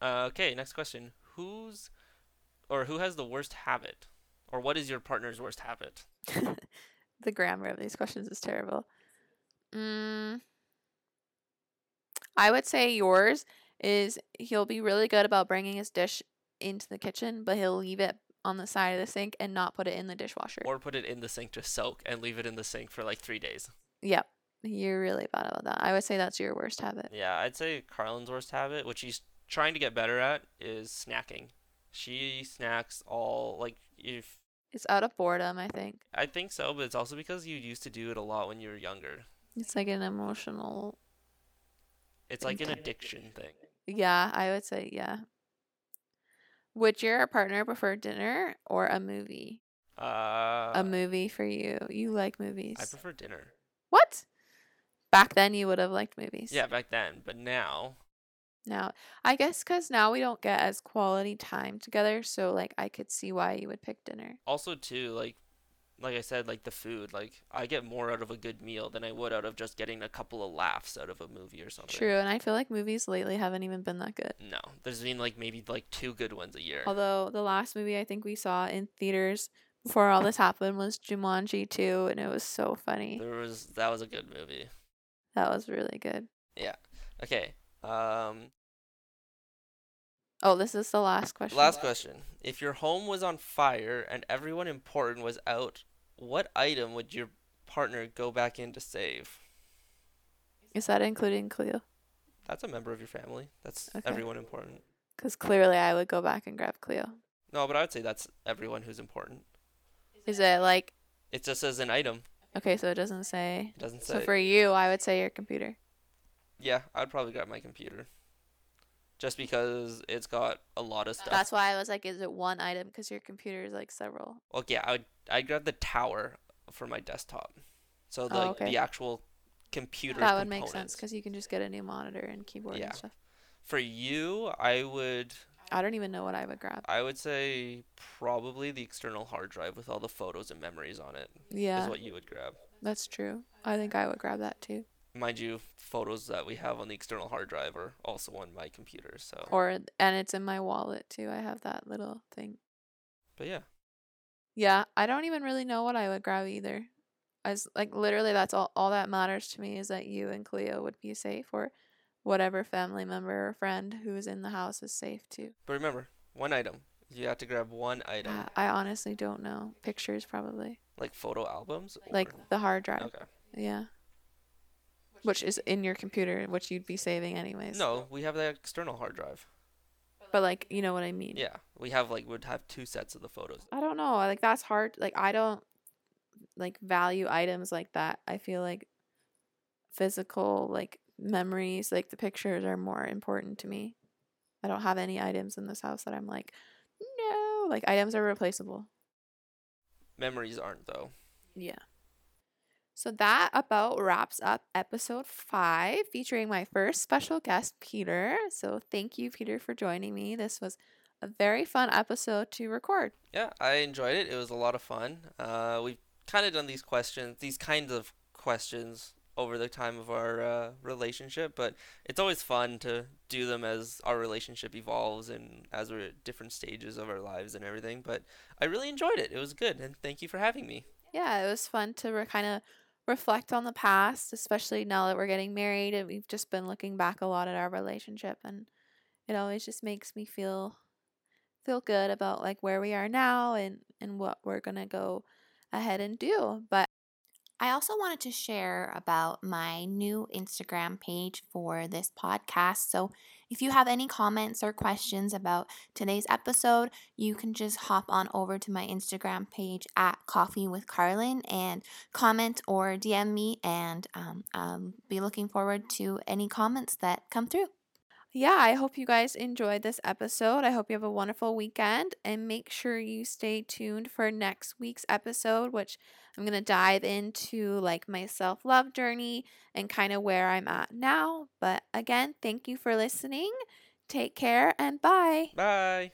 Speaker 2: Uh, okay. Next question. Who's, or who has the worst habit, or what is your partner's worst habit?
Speaker 1: The grammar of these questions is terrible. Mm, I would say yours is he'll be really good about bringing his dish into the kitchen, but he'll leave it on the side of the sink and not put it in the dishwasher.
Speaker 2: Or put it in the sink to soak and leave it in the sink for like three days.
Speaker 1: Yep. You're really bad about that. I would say that's your worst habit.
Speaker 2: Yeah, I'd say Carlin's worst habit, which she's trying to get better at, is snacking. She snacks all like if
Speaker 1: It's out of boredom, I think.
Speaker 2: I think so, but it's also because you used to do it a lot when you were younger.
Speaker 1: It's like an emotional.
Speaker 2: It's like an addiction thing.
Speaker 1: Yeah, I would say, yeah. Would your partner prefer dinner or a movie?
Speaker 2: Uh,
Speaker 1: a movie for you. You like movies.
Speaker 2: I prefer dinner.
Speaker 1: what? Back then, you would have liked movies.
Speaker 2: Yeah, back then, but now
Speaker 1: Now, I guess because now we don't get as quality time together. So, like, I could see why you would pick dinner.
Speaker 2: also too like like I said like the food like I get more out of a good meal than I would out of just getting a couple of laughs out of a movie or something.
Speaker 1: True. And I feel like movies lately haven't even been that good.
Speaker 2: No, there's been like maybe like two good ones a year.
Speaker 1: Although the last movie I think we saw in theaters before all this happened was Jumanji 2, and it was so funny.
Speaker 2: There was that was a good movie.
Speaker 1: That was really good.
Speaker 2: Yeah. Okay. Um
Speaker 1: Oh, this is the last question.
Speaker 2: last question. If your home was on fire and everyone important was out, what item would your partner go back in to save?
Speaker 1: Is that including Cleo?
Speaker 2: That's a member of your family. That's
Speaker 1: Okay.
Speaker 2: everyone important.
Speaker 1: Because clearly I would go back and grab Cleo.
Speaker 2: No, but I would say that's everyone who's important.
Speaker 1: Is it like,
Speaker 2: It just says an item.
Speaker 1: okay, so it doesn't say.
Speaker 2: It doesn't
Speaker 1: So
Speaker 2: say.
Speaker 1: for you, I would say your computer.
Speaker 2: yeah, I'd probably grab my computer. Just because it's got a lot of stuff.
Speaker 1: That's why I was like, is it one item? Because your computer is like several.
Speaker 2: Okay, I would I'd grab the tower for my desktop. So the
Speaker 1: Oh, okay.
Speaker 2: the actual computer
Speaker 1: That would make sense
Speaker 2: components.
Speaker 1: because you can just get a new monitor and keyboard
Speaker 2: Yeah.
Speaker 1: and stuff.
Speaker 2: For you, I would
Speaker 1: I don't even know what I would grab.
Speaker 2: I would say probably the external hard drive with all the photos and memories on it is
Speaker 1: Yeah,
Speaker 2: what you would grab.
Speaker 1: that's true. I think I would grab that too.
Speaker 2: Mind you, photos that we have on the external hard drive are also on my computer. So,
Speaker 1: Or and it's in my wallet too. I have that little thing.
Speaker 2: but yeah,
Speaker 1: Yeah, I don't even really know what I would grab either. As like literally that's all all that matters to me is that you and Cleo would be safe or whatever family member or friend who is in the house is safe too.
Speaker 2: but remember, one item. You have to grab one item,
Speaker 1: Uh, I honestly don't know. Pictures probably.
Speaker 2: like photo albums. or-
Speaker 1: Like the hard drive.
Speaker 2: okay.
Speaker 1: Yeah. Which is in your computer, which you'd be saving anyways.
Speaker 2: No, we have the external hard drive.
Speaker 1: But like, you know what I mean.
Speaker 2: Yeah, we have like would have two sets of the photos.
Speaker 1: I don't know. Like that's hard. Like I don't like value items like that. I feel like physical like memories, like the pictures are more important to me. I don't have any items in this house that I'm like, no, like items are replaceable.
Speaker 2: Memories aren't though.
Speaker 1: Yeah. So that about wraps up episode five, featuring my first special guest, Peter. So thank you, Peter, for joining me. This was a very fun episode to record.
Speaker 2: Yeah, I enjoyed it. It was a lot of fun. Uh, we've kind of done these questions, these kinds of questions, over the time of our uh, relationship, but it's always fun to do them as our relationship evolves and as we're at different stages of our lives and everything. But I really enjoyed it. It was good, and thank you for having me.
Speaker 1: yeah, it was fun to re- kind of reflect on the past, especially now that we're getting married and we've just been looking back a lot at our relationship and it always just makes me feel feel good about like where we are now and and what we're going to go ahead and do. But
Speaker 3: I also wanted to share about my new Instagram page for this podcast. So, if you have any comments or questions about today's episode, you can just hop on over to my Instagram page at Coffee with Carlin and comment or DM me, and um, I'll be looking forward to any comments that come through.
Speaker 1: Yeah, I hope you guys enjoyed this episode. I hope you have a wonderful weekend and make sure you stay tuned for next week's episode, which I'm going to dive into like my self love journey and kind of where I'm at now. But again, thank you for listening. Take care and bye.
Speaker 2: Bye.